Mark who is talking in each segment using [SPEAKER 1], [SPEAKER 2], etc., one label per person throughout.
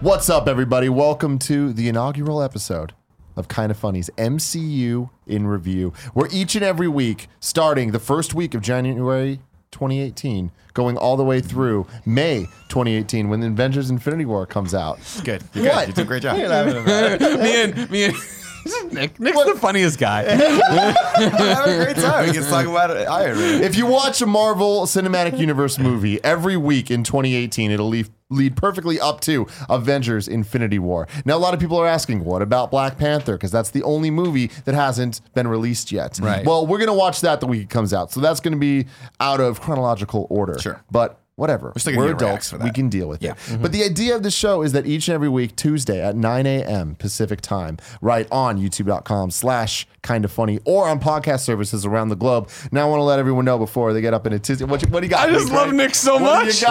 [SPEAKER 1] What's up, everybody? Welcome to the inaugural episode of Kind of Funny's MCU in Review, where each and every week, starting the first week of January 2018, going all the way through May 2018, when Avengers Infinity War comes out.
[SPEAKER 2] Good. You're good.
[SPEAKER 1] What?
[SPEAKER 2] You did a great job.
[SPEAKER 1] You're laughing about it.
[SPEAKER 3] me and me and Nick. Nick's the funniest guy.
[SPEAKER 2] Have a great time. We can talk about it. Iron Man.
[SPEAKER 1] If you watch a Marvel Cinematic Universe movie every week in 2018, it'll leave, lead perfectly up to Avengers Infinity War. Now, a lot of people are asking, what about Black Panther? Because that's the only movie that hasn't been released yet.
[SPEAKER 2] Right.
[SPEAKER 1] Well, we're going to watch that the week it comes out. So that's going to be out of chronological order.
[SPEAKER 2] Sure.
[SPEAKER 1] But whatever. We're,
[SPEAKER 2] still gonna get reacts
[SPEAKER 1] adults.
[SPEAKER 2] for
[SPEAKER 1] We
[SPEAKER 2] that.
[SPEAKER 1] can deal with
[SPEAKER 2] Yeah.
[SPEAKER 1] it.
[SPEAKER 3] Mm-hmm.
[SPEAKER 1] But the idea of the show is that each and every week, Tuesday at 9 a.m. Pacific time, right on youtube.com slash kind of funny or on podcast services around the globe. Now I want to let everyone know before they get up in a tizzy. What, you- what do you got?
[SPEAKER 3] I just
[SPEAKER 1] Nick,
[SPEAKER 3] love
[SPEAKER 1] right?
[SPEAKER 3] Nick so
[SPEAKER 1] What do
[SPEAKER 3] much.
[SPEAKER 1] you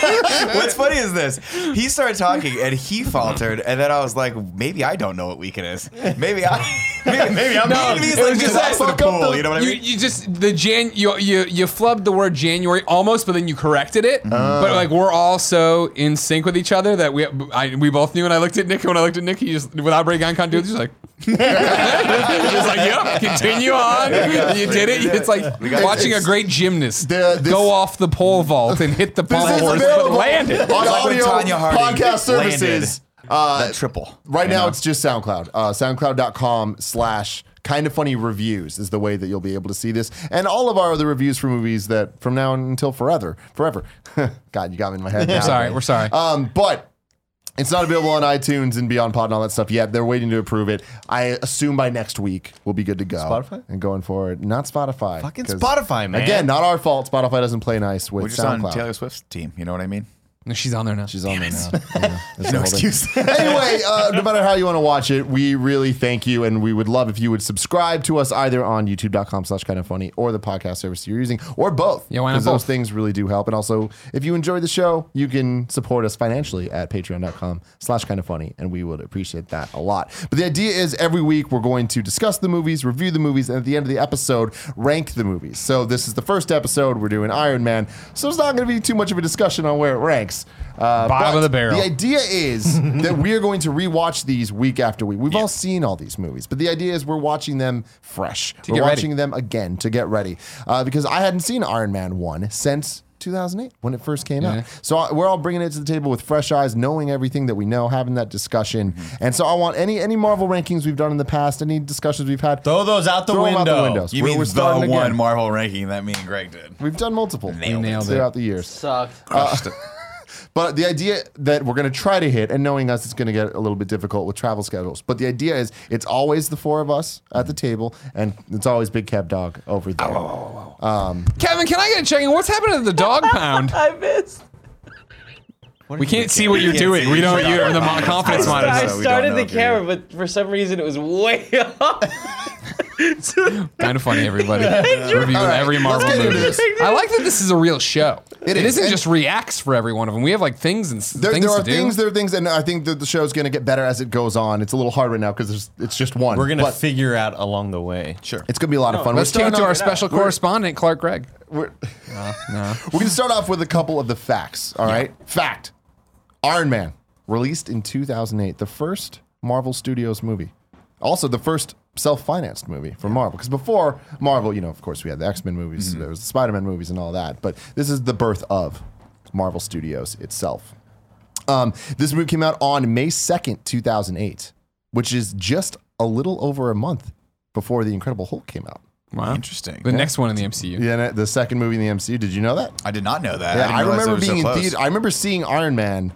[SPEAKER 1] got?
[SPEAKER 2] What's funny is this. He started talking and he faltered, and then I was like, maybe I don't know what weekend is. Maybe I. Maybe, maybe I'm.
[SPEAKER 3] No,
[SPEAKER 2] maybe he's
[SPEAKER 3] it
[SPEAKER 2] like
[SPEAKER 3] was
[SPEAKER 2] just lost
[SPEAKER 3] just
[SPEAKER 2] in a
[SPEAKER 1] like, fuck up
[SPEAKER 2] pool.
[SPEAKER 1] the-
[SPEAKER 2] You know what I
[SPEAKER 3] You,
[SPEAKER 2] mean?
[SPEAKER 3] you just the Jan you, you you flubbed the word January almost, but then you corrected it.
[SPEAKER 1] Mm-hmm.
[SPEAKER 3] but like we're all so in sync with each other that we I, we both knew. And I looked at Nick, and when I looked at Nick, he just without breaking eye contact, he was just like, just like, yep, continue on. You did it. It's like
[SPEAKER 2] got-
[SPEAKER 3] watching a
[SPEAKER 1] it's-
[SPEAKER 3] great gymnast
[SPEAKER 1] The- this-
[SPEAKER 3] go off the pole vault and hit the pole
[SPEAKER 1] This is
[SPEAKER 3] horse, but
[SPEAKER 1] available
[SPEAKER 3] land it.
[SPEAKER 1] on
[SPEAKER 2] Like when
[SPEAKER 1] audio
[SPEAKER 2] Tanya Harding
[SPEAKER 1] podcast services. Uh,
[SPEAKER 2] That triple.
[SPEAKER 1] Right
[SPEAKER 2] You
[SPEAKER 1] now,
[SPEAKER 2] know?
[SPEAKER 1] it's just SoundCloud. Uh, SoundCloud.com slash kind of funny reviews is the way that you'll be able to see this. And all of our other reviews for movies that from now until forever, forever. God, you got me in my head. now.
[SPEAKER 3] We're sorry. We're sorry.
[SPEAKER 1] Um, but it's not available on iTunes and Beyond Pod and all that stuff yet. They're waiting to approve it. I assume by next week we'll be good to go.
[SPEAKER 2] Spotify?
[SPEAKER 1] and going forward, not Spotify.
[SPEAKER 2] Fucking
[SPEAKER 1] 'cause-
[SPEAKER 2] Spotify, man.
[SPEAKER 1] Again, not our fault. Spotify doesn't play nice with
[SPEAKER 2] We're just
[SPEAKER 1] SoundCloud.
[SPEAKER 2] on Taylor Swift's team. You know what I mean?
[SPEAKER 3] No, She's on there now.
[SPEAKER 1] She's on there now. Yeah, that's
[SPEAKER 2] No
[SPEAKER 1] the whole thing.
[SPEAKER 2] excuse.
[SPEAKER 1] anyway, uh, no matter how you want to watch it, we really thank you, and we would love if you would subscribe to us either on youtube.com slash kind of funny or the podcast service you're using, or both.
[SPEAKER 3] Yeah, why not
[SPEAKER 1] 'Cause those
[SPEAKER 3] both?
[SPEAKER 1] things really do help. And also, if you enjoy the show, you can support us financially at patreon.com slash kind of funny, and we would appreciate that a lot. But the idea is every week we're going to discuss the movies, review the movies, and at the end of the episode, rank the movies. So this is the first episode. We're doing Iron Man. So it's not going to be too much of a discussion on where it ranks. Uh,
[SPEAKER 3] Bottom
[SPEAKER 1] but
[SPEAKER 3] of the barrel.
[SPEAKER 1] The idea is that we are going to rewatch these week after week. We've all seen all these movies, but the idea is we're watching them fresh. we're
[SPEAKER 3] get ready.
[SPEAKER 1] watching them again to get ready uh, because I hadn't seen Iron Man 1 since 2008 when it first came
[SPEAKER 3] Yeah.
[SPEAKER 1] out. So I- we're all bringing it to the table with fresh eyes, knowing everything that we know, having that discussion.
[SPEAKER 3] Mm-hmm.
[SPEAKER 1] And so I want any any Marvel rankings we've done in the past, any discussions we've had,
[SPEAKER 4] Throw those out the
[SPEAKER 1] throw 'em
[SPEAKER 4] window.
[SPEAKER 1] out the windows.
[SPEAKER 2] You
[SPEAKER 1] We're-
[SPEAKER 2] mean
[SPEAKER 1] we're starting
[SPEAKER 2] the
[SPEAKER 1] again.
[SPEAKER 2] one Marvel ranking that me and Greg did?
[SPEAKER 1] We've done multiple
[SPEAKER 2] Nailed
[SPEAKER 3] it. Nailed it.
[SPEAKER 1] throughout the years.
[SPEAKER 5] sucked.
[SPEAKER 1] Uh,
[SPEAKER 2] Crushed it.
[SPEAKER 1] But the idea that we're going to try to hit, and knowing us, it's going to get a little bit difficult with travel schedules. But the idea is it's always the four of us at the table, and it's always Big Cab Dog over there.
[SPEAKER 3] Kevin, can I get a check in? What's happening to the dog pound?
[SPEAKER 5] I missed.
[SPEAKER 3] We can't see what you're
[SPEAKER 2] can't
[SPEAKER 3] doing.
[SPEAKER 2] see
[SPEAKER 3] We don't.
[SPEAKER 2] what you're
[SPEAKER 3] You're the
[SPEAKER 2] doing.
[SPEAKER 3] mo- confidence
[SPEAKER 2] I
[SPEAKER 3] monitor.
[SPEAKER 2] don't
[SPEAKER 5] I
[SPEAKER 2] know, we don't
[SPEAKER 5] started
[SPEAKER 2] know
[SPEAKER 5] the
[SPEAKER 2] if you're-
[SPEAKER 5] camera, but for some reason it was way off.
[SPEAKER 3] Kind of funny, everybody. Reviewing every Marvel
[SPEAKER 1] get into
[SPEAKER 3] movie.
[SPEAKER 1] this.
[SPEAKER 3] I like that this is a real show.
[SPEAKER 1] It
[SPEAKER 3] it
[SPEAKER 1] is,
[SPEAKER 3] isn't
[SPEAKER 1] and-
[SPEAKER 3] just reacts for every one of them. We have like things and s-
[SPEAKER 1] There,
[SPEAKER 3] things
[SPEAKER 1] there are
[SPEAKER 3] to
[SPEAKER 1] things,
[SPEAKER 3] do.
[SPEAKER 1] there are things, and I think that the show's going to get better as it goes on. It's a little hard right now because it's just one.
[SPEAKER 4] We're gonna
[SPEAKER 1] But
[SPEAKER 4] figure out along the way.
[SPEAKER 2] Sure.
[SPEAKER 1] it's going to be a lot of fun. We're
[SPEAKER 3] Let's talk
[SPEAKER 1] starting
[SPEAKER 3] to
[SPEAKER 1] off-
[SPEAKER 3] our special correspondent, Clark Gregg.
[SPEAKER 1] We're, we're going to start off with a couple of the facts. All right, fact: Iron Man released in 2008, the first Marvel Studios movie, also the first self-financed movie from Marvel. Because before Marvel, you know, of course, we had the X-Men movies, there was the Spider-Man movies, and all that. But this is the birth of Marvel Studios itself. Um, this movie came out on May 2nd, 2008, which is just a little over a month before The Incredible Hulk came out.
[SPEAKER 3] Wow.
[SPEAKER 2] Interesting.
[SPEAKER 3] The next one in the MCU.
[SPEAKER 1] Yeah, and the second movie in the MCU. Did you know that?
[SPEAKER 2] I did not know that.
[SPEAKER 1] Yeah, I,
[SPEAKER 2] didn't realize
[SPEAKER 1] remember
[SPEAKER 2] they were
[SPEAKER 1] being
[SPEAKER 2] so
[SPEAKER 1] in
[SPEAKER 2] close.
[SPEAKER 1] theater. I remember seeing Iron Man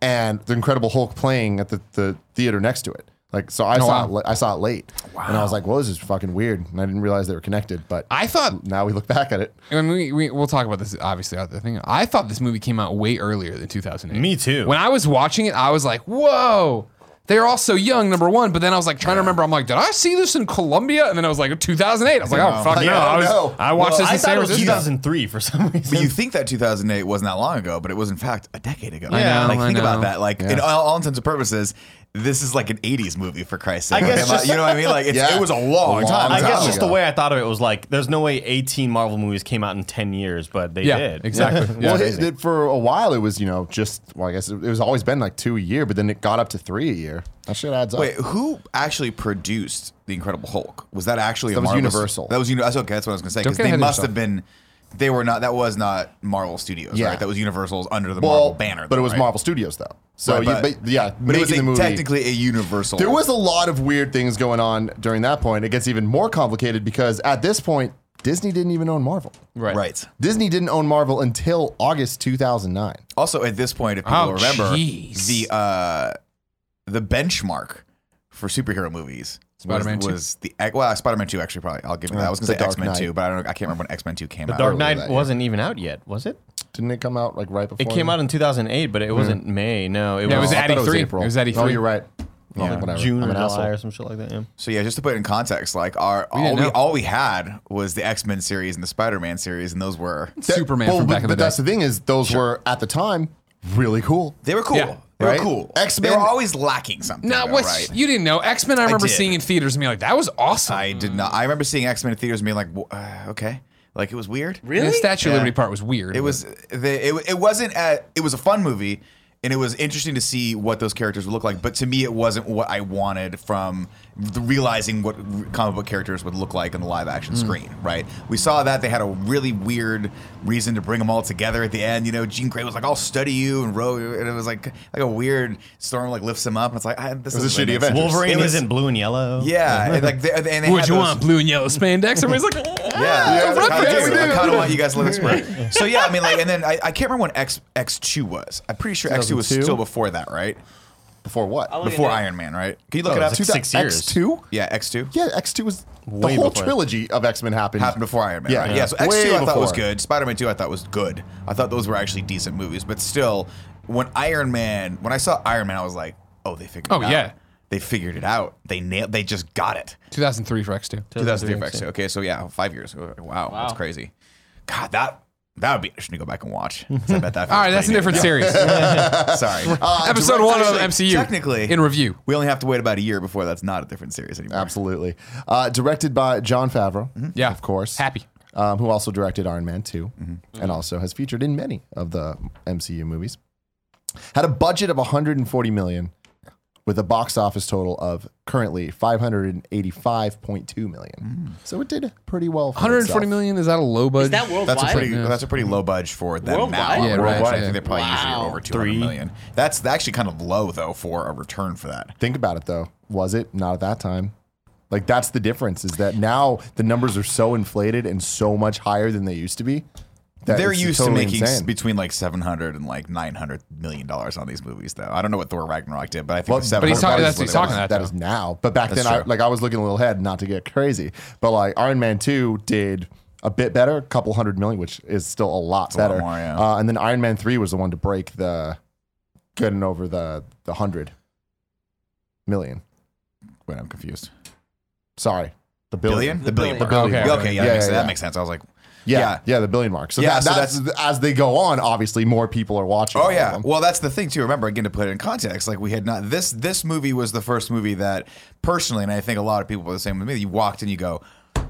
[SPEAKER 1] and the Incredible Hulk playing at the, the theater next to it. Like so,
[SPEAKER 2] Oh,
[SPEAKER 1] I saw
[SPEAKER 3] wow.
[SPEAKER 1] it, la- I saw it late, and I was like, "Well, this is fucking weird," and I didn't realize they were connected. But
[SPEAKER 3] I thought
[SPEAKER 1] now we look back at it.
[SPEAKER 3] and we, we we'll talk about this obviously out the thing. I thought this movie came out way earlier than 2008.
[SPEAKER 4] Me too.
[SPEAKER 3] When I was watching it, I was like, "Whoa." They're all so young, number one. But then I was like trying to remember. I'm like, did I see this in Colombia? And then I was like, 2008. I was like, oh fuck
[SPEAKER 1] Like,
[SPEAKER 3] no!
[SPEAKER 1] I
[SPEAKER 3] I,
[SPEAKER 1] don't
[SPEAKER 3] was,
[SPEAKER 1] know.
[SPEAKER 3] I watched
[SPEAKER 4] Well,
[SPEAKER 3] this
[SPEAKER 4] I
[SPEAKER 3] in San
[SPEAKER 4] thought it was
[SPEAKER 3] Francisco.
[SPEAKER 4] 2003 for some
[SPEAKER 2] But you
[SPEAKER 4] reason.
[SPEAKER 2] think that 2008 wasn't that long ago, but it was in fact a decade ago.
[SPEAKER 3] Yeah. know,
[SPEAKER 2] like
[SPEAKER 3] I
[SPEAKER 2] think
[SPEAKER 3] know.
[SPEAKER 2] about that. Like in all, all intents and purposes, this is like an 80s movie for Christ's sake.
[SPEAKER 4] I guess
[SPEAKER 2] Am
[SPEAKER 4] just-
[SPEAKER 2] you know what I mean? Like it's,
[SPEAKER 1] Yeah.
[SPEAKER 2] it was a long,
[SPEAKER 1] A long
[SPEAKER 2] time.
[SPEAKER 4] I
[SPEAKER 1] time
[SPEAKER 4] guess just
[SPEAKER 1] ago.
[SPEAKER 4] the way I thought of it was like, there's no way 18 Marvel movies came out in 10 years, but they
[SPEAKER 3] Yeah,
[SPEAKER 4] did.
[SPEAKER 3] exactly.
[SPEAKER 1] well,
[SPEAKER 3] Yeah.
[SPEAKER 1] it, it- for a while, it was you know just well, I guess it, it was always been like two a year, but then it got up to three a year. That shit adds up.
[SPEAKER 2] Wait, who actually produced the Incredible Hulk? Was that actually
[SPEAKER 1] That
[SPEAKER 2] a
[SPEAKER 1] was
[SPEAKER 2] Marvel
[SPEAKER 1] Universal.
[SPEAKER 2] That was Universal. Okay, that's what I was gonna say.
[SPEAKER 3] Don't
[SPEAKER 2] Because
[SPEAKER 3] get
[SPEAKER 2] they
[SPEAKER 3] ahead of
[SPEAKER 2] must have been.
[SPEAKER 3] yourself.
[SPEAKER 2] They were not. That was not Marvel Studios,
[SPEAKER 1] Yeah.
[SPEAKER 2] right? That was Universal's under the
[SPEAKER 1] well,
[SPEAKER 2] Marvel banner.
[SPEAKER 1] but it
[SPEAKER 2] though,
[SPEAKER 1] was
[SPEAKER 2] right?
[SPEAKER 1] Marvel Studios though. So
[SPEAKER 2] Right,
[SPEAKER 1] you,
[SPEAKER 2] but-
[SPEAKER 1] but, yeah,
[SPEAKER 2] But it was
[SPEAKER 1] making
[SPEAKER 2] a,
[SPEAKER 1] the movie.
[SPEAKER 2] technically a Universal.
[SPEAKER 1] There was a lot of weird things going on during that point. It gets even more complicated because at this point, Disney didn't even own Marvel.
[SPEAKER 3] right.
[SPEAKER 2] right.
[SPEAKER 1] Disney didn't own Marvel until August 2009.
[SPEAKER 2] Also, at this point, if people
[SPEAKER 3] Oh,
[SPEAKER 2] remember
[SPEAKER 3] jeez.
[SPEAKER 2] the uh, the benchmark for superhero movies was-
[SPEAKER 3] Spider-Man 2?
[SPEAKER 2] was the well Spider Man Two actually probably I'll give it that. I was gonna
[SPEAKER 1] The
[SPEAKER 2] say
[SPEAKER 1] Dark
[SPEAKER 2] X Men
[SPEAKER 1] Knight.
[SPEAKER 2] Two, but I don't know, I can't remember when X Men Two came
[SPEAKER 4] The
[SPEAKER 2] out.
[SPEAKER 4] Dark
[SPEAKER 1] that
[SPEAKER 4] Knight
[SPEAKER 1] year.
[SPEAKER 4] wasn't even out yet, was it?
[SPEAKER 1] Didn't it come out like right before?
[SPEAKER 4] It came out in 2008, but it wasn't May. No, Oh, it
[SPEAKER 3] Yeah, it
[SPEAKER 4] was,
[SPEAKER 3] was
[SPEAKER 1] I thought
[SPEAKER 3] at
[SPEAKER 1] it was
[SPEAKER 3] 83.
[SPEAKER 1] April.
[SPEAKER 3] It was at
[SPEAKER 1] Oh,
[SPEAKER 3] 83
[SPEAKER 1] you're right. Oh, whatever.
[SPEAKER 4] June
[SPEAKER 1] I'm
[SPEAKER 4] or
[SPEAKER 1] an asshole.
[SPEAKER 4] July or some shit like that. Yeah.
[SPEAKER 2] So yeah, just to put it in context, like our all
[SPEAKER 3] didn't
[SPEAKER 2] we
[SPEAKER 3] know.
[SPEAKER 2] all we had was the X Men series and the Spider Man series, and those were
[SPEAKER 3] Superman
[SPEAKER 1] Well,
[SPEAKER 3] from
[SPEAKER 1] but,
[SPEAKER 3] back in the
[SPEAKER 1] but
[SPEAKER 3] day.
[SPEAKER 1] that's the thing is those were at the time really cool.
[SPEAKER 2] they were cool.
[SPEAKER 3] Yeah.
[SPEAKER 2] they
[SPEAKER 1] Right?
[SPEAKER 2] were cool.
[SPEAKER 1] X-Men-
[SPEAKER 2] They were always lacking something.
[SPEAKER 3] No,
[SPEAKER 2] though,
[SPEAKER 3] what's
[SPEAKER 2] right?
[SPEAKER 3] you didn't know X Men? I remember
[SPEAKER 2] did.
[SPEAKER 3] seeing in theaters and being like, "That was awesome."
[SPEAKER 2] I did not. I remember seeing X Men in theaters and being like, "Wha- uh, okay, like it was weird.
[SPEAKER 3] And
[SPEAKER 5] Really?
[SPEAKER 3] The Statue
[SPEAKER 2] Yeah.
[SPEAKER 3] of Liberty part was weird.
[SPEAKER 2] It was the it, it wasn't a, it was a fun movie and it was interesting to see what those characters would look like but to me it wasn't what I wanted from the, realizing what r- comic book characters would look like on the live action screen right we saw that they had a really weird reason to bring them all together at the end you know Jean Grey was like I'll study you and Ro and it was like like a weird storm like lifts him up and it's like I, this
[SPEAKER 1] was
[SPEAKER 2] is
[SPEAKER 1] a shitty event.
[SPEAKER 4] Wolverine
[SPEAKER 2] It was-
[SPEAKER 4] isn't blue and yellow.
[SPEAKER 2] yeah and like they, and they
[SPEAKER 3] What
[SPEAKER 2] had
[SPEAKER 3] you
[SPEAKER 2] those-
[SPEAKER 3] want? Blue and yellow spandex. Everybody's like,
[SPEAKER 2] yeah,
[SPEAKER 3] the
[SPEAKER 2] I
[SPEAKER 3] reference.
[SPEAKER 2] kinda do. I kind of want you guys to live express. So yeah, I mean, like, and then I, I can't remember when X X two was. I'm pretty sure X two was
[SPEAKER 1] 2002?
[SPEAKER 2] still before that, right?
[SPEAKER 1] Before what?
[SPEAKER 5] I'll look
[SPEAKER 2] Before
[SPEAKER 5] at that.
[SPEAKER 2] Iron Man, right? Can you look
[SPEAKER 4] Oh,
[SPEAKER 2] it up?
[SPEAKER 4] it's like six years.
[SPEAKER 1] X2?
[SPEAKER 2] yeah, X two
[SPEAKER 1] Yeah, X2 was
[SPEAKER 4] Way
[SPEAKER 1] the whole
[SPEAKER 4] before.
[SPEAKER 1] trilogy of X-Men happened.
[SPEAKER 2] happened before Iron Man.
[SPEAKER 1] Yeah,
[SPEAKER 2] right?
[SPEAKER 1] yeah.
[SPEAKER 2] yeah. So X two
[SPEAKER 1] Way
[SPEAKER 2] I thought was
[SPEAKER 1] before.
[SPEAKER 2] good. Spider Man two I thought was good. I thought those were actually decent movies, but still, when Iron Man, when I saw Iron Man, I was like, oh, they figured.
[SPEAKER 3] Oh,
[SPEAKER 2] it out.
[SPEAKER 3] yeah.
[SPEAKER 2] They figured it out. They nailed. They just got it.
[SPEAKER 3] 2003 for X2.
[SPEAKER 2] 2003 X2. Okay, so yeah, five years. ago. Wow, that's crazy. God, that that would be interesting to go back and watch. 'cause I bet that
[SPEAKER 3] All right, that's a different series. Uh,
[SPEAKER 2] Sorry.
[SPEAKER 3] Episode one of
[SPEAKER 2] actually,
[SPEAKER 3] MCU.
[SPEAKER 2] Technically,
[SPEAKER 3] in review.
[SPEAKER 2] we only have to wait about a year before that's not a different series anymore.
[SPEAKER 1] Absolutely. Uh, directed by John Favreau.
[SPEAKER 3] Yeah.
[SPEAKER 1] Of course.
[SPEAKER 3] Happy.
[SPEAKER 1] Um, who also directed Iron Man 2
[SPEAKER 2] Mm-hmm.
[SPEAKER 1] and also has featured in many of the MCU movies. Had a budget of 140 million with a box office total of currently 585.2 million.
[SPEAKER 2] Mm.
[SPEAKER 1] So it did pretty well. For
[SPEAKER 3] 140
[SPEAKER 1] itself.
[SPEAKER 3] million is that a low budget?
[SPEAKER 5] Is that worldwide?
[SPEAKER 2] That's a pretty that's a pretty low budge for that
[SPEAKER 5] Worldwide?
[SPEAKER 2] now.
[SPEAKER 5] Yeah,
[SPEAKER 3] right,
[SPEAKER 2] Worldwide, I
[SPEAKER 3] yeah.
[SPEAKER 2] think they're probably usually
[SPEAKER 5] Wow.
[SPEAKER 2] over 200 million. That's actually kind of low though for a return for that.
[SPEAKER 1] Think about it though. Was it not at that time? Like that's the difference is that now the numbers are so inflated and so much higher than they used to be. That
[SPEAKER 2] They're
[SPEAKER 1] it's
[SPEAKER 2] used
[SPEAKER 1] totally
[SPEAKER 2] to making s-
[SPEAKER 1] insane.
[SPEAKER 2] between like 700 and like 900 million dollars on these movies though. I don't know what Thor Ragnarok did, but I think
[SPEAKER 1] Well,
[SPEAKER 2] the
[SPEAKER 1] but he's
[SPEAKER 2] 700 was
[SPEAKER 3] talking-
[SPEAKER 2] what
[SPEAKER 3] that's what he's
[SPEAKER 2] it was.
[SPEAKER 3] talking about.
[SPEAKER 1] that is now. But back
[SPEAKER 2] That's
[SPEAKER 1] then, I,
[SPEAKER 2] true.
[SPEAKER 1] like I was looking a little ahead, not to get crazy. But like Iron Man Two did a bit better, a couple hundred million, which is still a lot
[SPEAKER 2] a lot
[SPEAKER 1] better.
[SPEAKER 2] more, yeah.
[SPEAKER 1] uh, and then Iron Man Three was the one to break the, getting over the the hundred million.
[SPEAKER 2] Wait, I'm confused.
[SPEAKER 1] Sorry, the billion.
[SPEAKER 2] Billion? The billion.
[SPEAKER 5] The
[SPEAKER 2] mark.
[SPEAKER 3] billion.
[SPEAKER 2] Okay,
[SPEAKER 3] Okay,
[SPEAKER 2] okay, yeah,
[SPEAKER 1] yeah,
[SPEAKER 2] that, makes,
[SPEAKER 1] yeah,
[SPEAKER 2] that
[SPEAKER 1] yeah.
[SPEAKER 2] makes sense. I was like,
[SPEAKER 1] Yeah, yeah,
[SPEAKER 2] Yeah.
[SPEAKER 1] the billion mark. So,
[SPEAKER 2] Yeah,
[SPEAKER 1] that,
[SPEAKER 2] so
[SPEAKER 1] that's, as they go on, obviously more people are watching. all
[SPEAKER 2] Oh
[SPEAKER 1] of
[SPEAKER 2] yeah.
[SPEAKER 1] them.
[SPEAKER 2] Well, that's the thing too. Remember again to put it in context. Like we had not this this movie was the first movie that personally, and I think a lot of people were the same with me. You walked in, you go,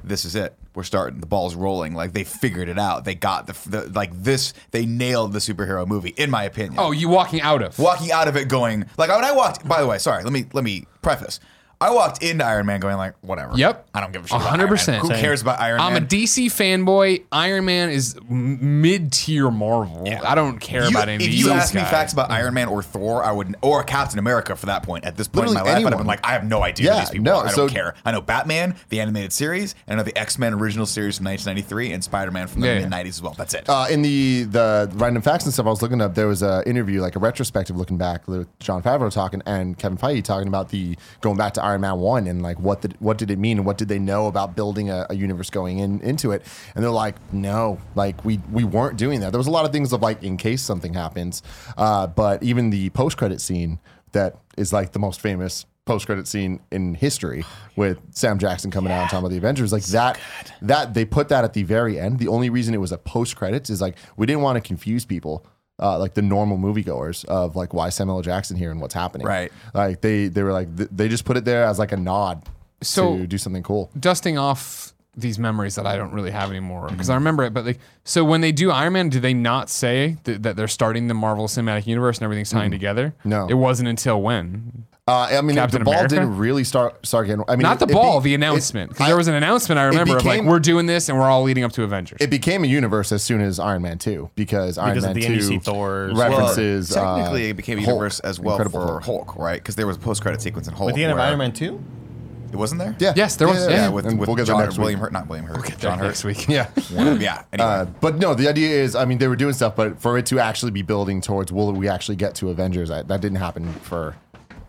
[SPEAKER 2] "This is it. We're starting. The ball's rolling." Like they figured it out. They got the, the like this. They nailed the superhero movie, in my opinion.
[SPEAKER 3] Oh, you walking out of?
[SPEAKER 2] walking out of it going like when I walked. By the way, sorry. Let me let me preface. I walked into Iron Man going like, whatever.
[SPEAKER 3] Yep.
[SPEAKER 2] I don't give a shit. about Iron Man.
[SPEAKER 3] 100%.
[SPEAKER 2] Who
[SPEAKER 3] Same.
[SPEAKER 2] cares about Iron
[SPEAKER 3] I'm
[SPEAKER 2] Man?
[SPEAKER 3] a DC fanboy. Iron Man is mid tier Marvel. I don't care
[SPEAKER 2] You-
[SPEAKER 3] about any
[SPEAKER 2] if
[SPEAKER 3] of
[SPEAKER 2] you
[SPEAKER 3] these
[SPEAKER 2] asked me
[SPEAKER 3] guys.
[SPEAKER 2] facts about Iron Man or Thor, I would, or Captain America for that point. At this point in
[SPEAKER 1] Literally
[SPEAKER 2] my life, I'd have
[SPEAKER 1] anyone.
[SPEAKER 2] been like, I have no idea who
[SPEAKER 1] Yeah,
[SPEAKER 2] these people
[SPEAKER 1] no,
[SPEAKER 2] are. I
[SPEAKER 1] so-
[SPEAKER 2] don't care. I know Batman, the animated series, and I know the X Men original series from 1993, and Spider Man from the
[SPEAKER 3] Yeah, yeah.
[SPEAKER 2] mid 90s as well. That's it.
[SPEAKER 1] uh, in the the random facts and stuff I was looking up, there was an interview, like a retrospective looking back with John Favreau talking and Kevin Feige talking about the going back to Iron Man one and like what did what did it mean and what did they know about building a, a universe going in into it, and they're like, no, like we we weren't doing that. There was a lot of things of like in case something happens, uh, but even the post credit scene that is like the most famous post credit scene in history with Sam Jackson coming out and talking about the Avengers. Like that that they put that at the very end. The only reason it was a post credits is like we didn't want to confuse people. Uh, like the normal moviegoers of like why Samuel L. Jackson here and what's happening,
[SPEAKER 2] Right.
[SPEAKER 1] Like they they were like th- they just put it there as like a nod
[SPEAKER 3] So-
[SPEAKER 1] to do something cool.
[SPEAKER 3] dusting off these memories that I don't really have anymore because I remember it. But like, so when they do Iron Man, do they not say th- that they're starting the Marvel Cinematic Universe and everything's tying together?
[SPEAKER 1] Mm. No.
[SPEAKER 3] it wasn't until when.
[SPEAKER 1] Uh, I mean,
[SPEAKER 3] Captain
[SPEAKER 1] the ball
[SPEAKER 3] America?
[SPEAKER 1] didn't really start start getting. I mean,
[SPEAKER 3] Not the
[SPEAKER 1] it- it
[SPEAKER 3] ball,
[SPEAKER 1] be- it-
[SPEAKER 3] the announcement. Because
[SPEAKER 1] I-
[SPEAKER 3] there was an announcement I remember of
[SPEAKER 1] became-
[SPEAKER 3] like we're doing this and we're all leading up to Avengers.
[SPEAKER 1] It became a universe as soon as Iron Man two because Iron
[SPEAKER 4] Because
[SPEAKER 1] Man
[SPEAKER 4] at the
[SPEAKER 1] two
[SPEAKER 4] end you see Thor's- Well,
[SPEAKER 1] references.
[SPEAKER 2] Well,
[SPEAKER 1] uh,
[SPEAKER 2] technically, it became a
[SPEAKER 1] Hulk,
[SPEAKER 2] universe as well
[SPEAKER 1] Incredible
[SPEAKER 2] for
[SPEAKER 1] Hulk.
[SPEAKER 2] Hulk, right? Because there was a post-credit sequence in Hulk.
[SPEAKER 4] At the end of
[SPEAKER 2] where-
[SPEAKER 4] Iron Man 2?
[SPEAKER 2] it wasn't there.
[SPEAKER 1] Yeah.
[SPEAKER 3] Yes, there was-
[SPEAKER 2] yeah,
[SPEAKER 3] yeah.
[SPEAKER 2] with,
[SPEAKER 1] And
[SPEAKER 2] with
[SPEAKER 1] we'll get to
[SPEAKER 2] John
[SPEAKER 1] next
[SPEAKER 2] William
[SPEAKER 1] week.
[SPEAKER 2] Hurt, not William Hurt, John
[SPEAKER 3] John
[SPEAKER 2] Hurt.
[SPEAKER 3] next week.
[SPEAKER 1] Yeah.
[SPEAKER 2] yeah, anyway.
[SPEAKER 1] Uh, but no, the idea is, I mean, they were doing stuff, but for it to actually be building towards, will we actually get to Avengers? I, that didn't happen for,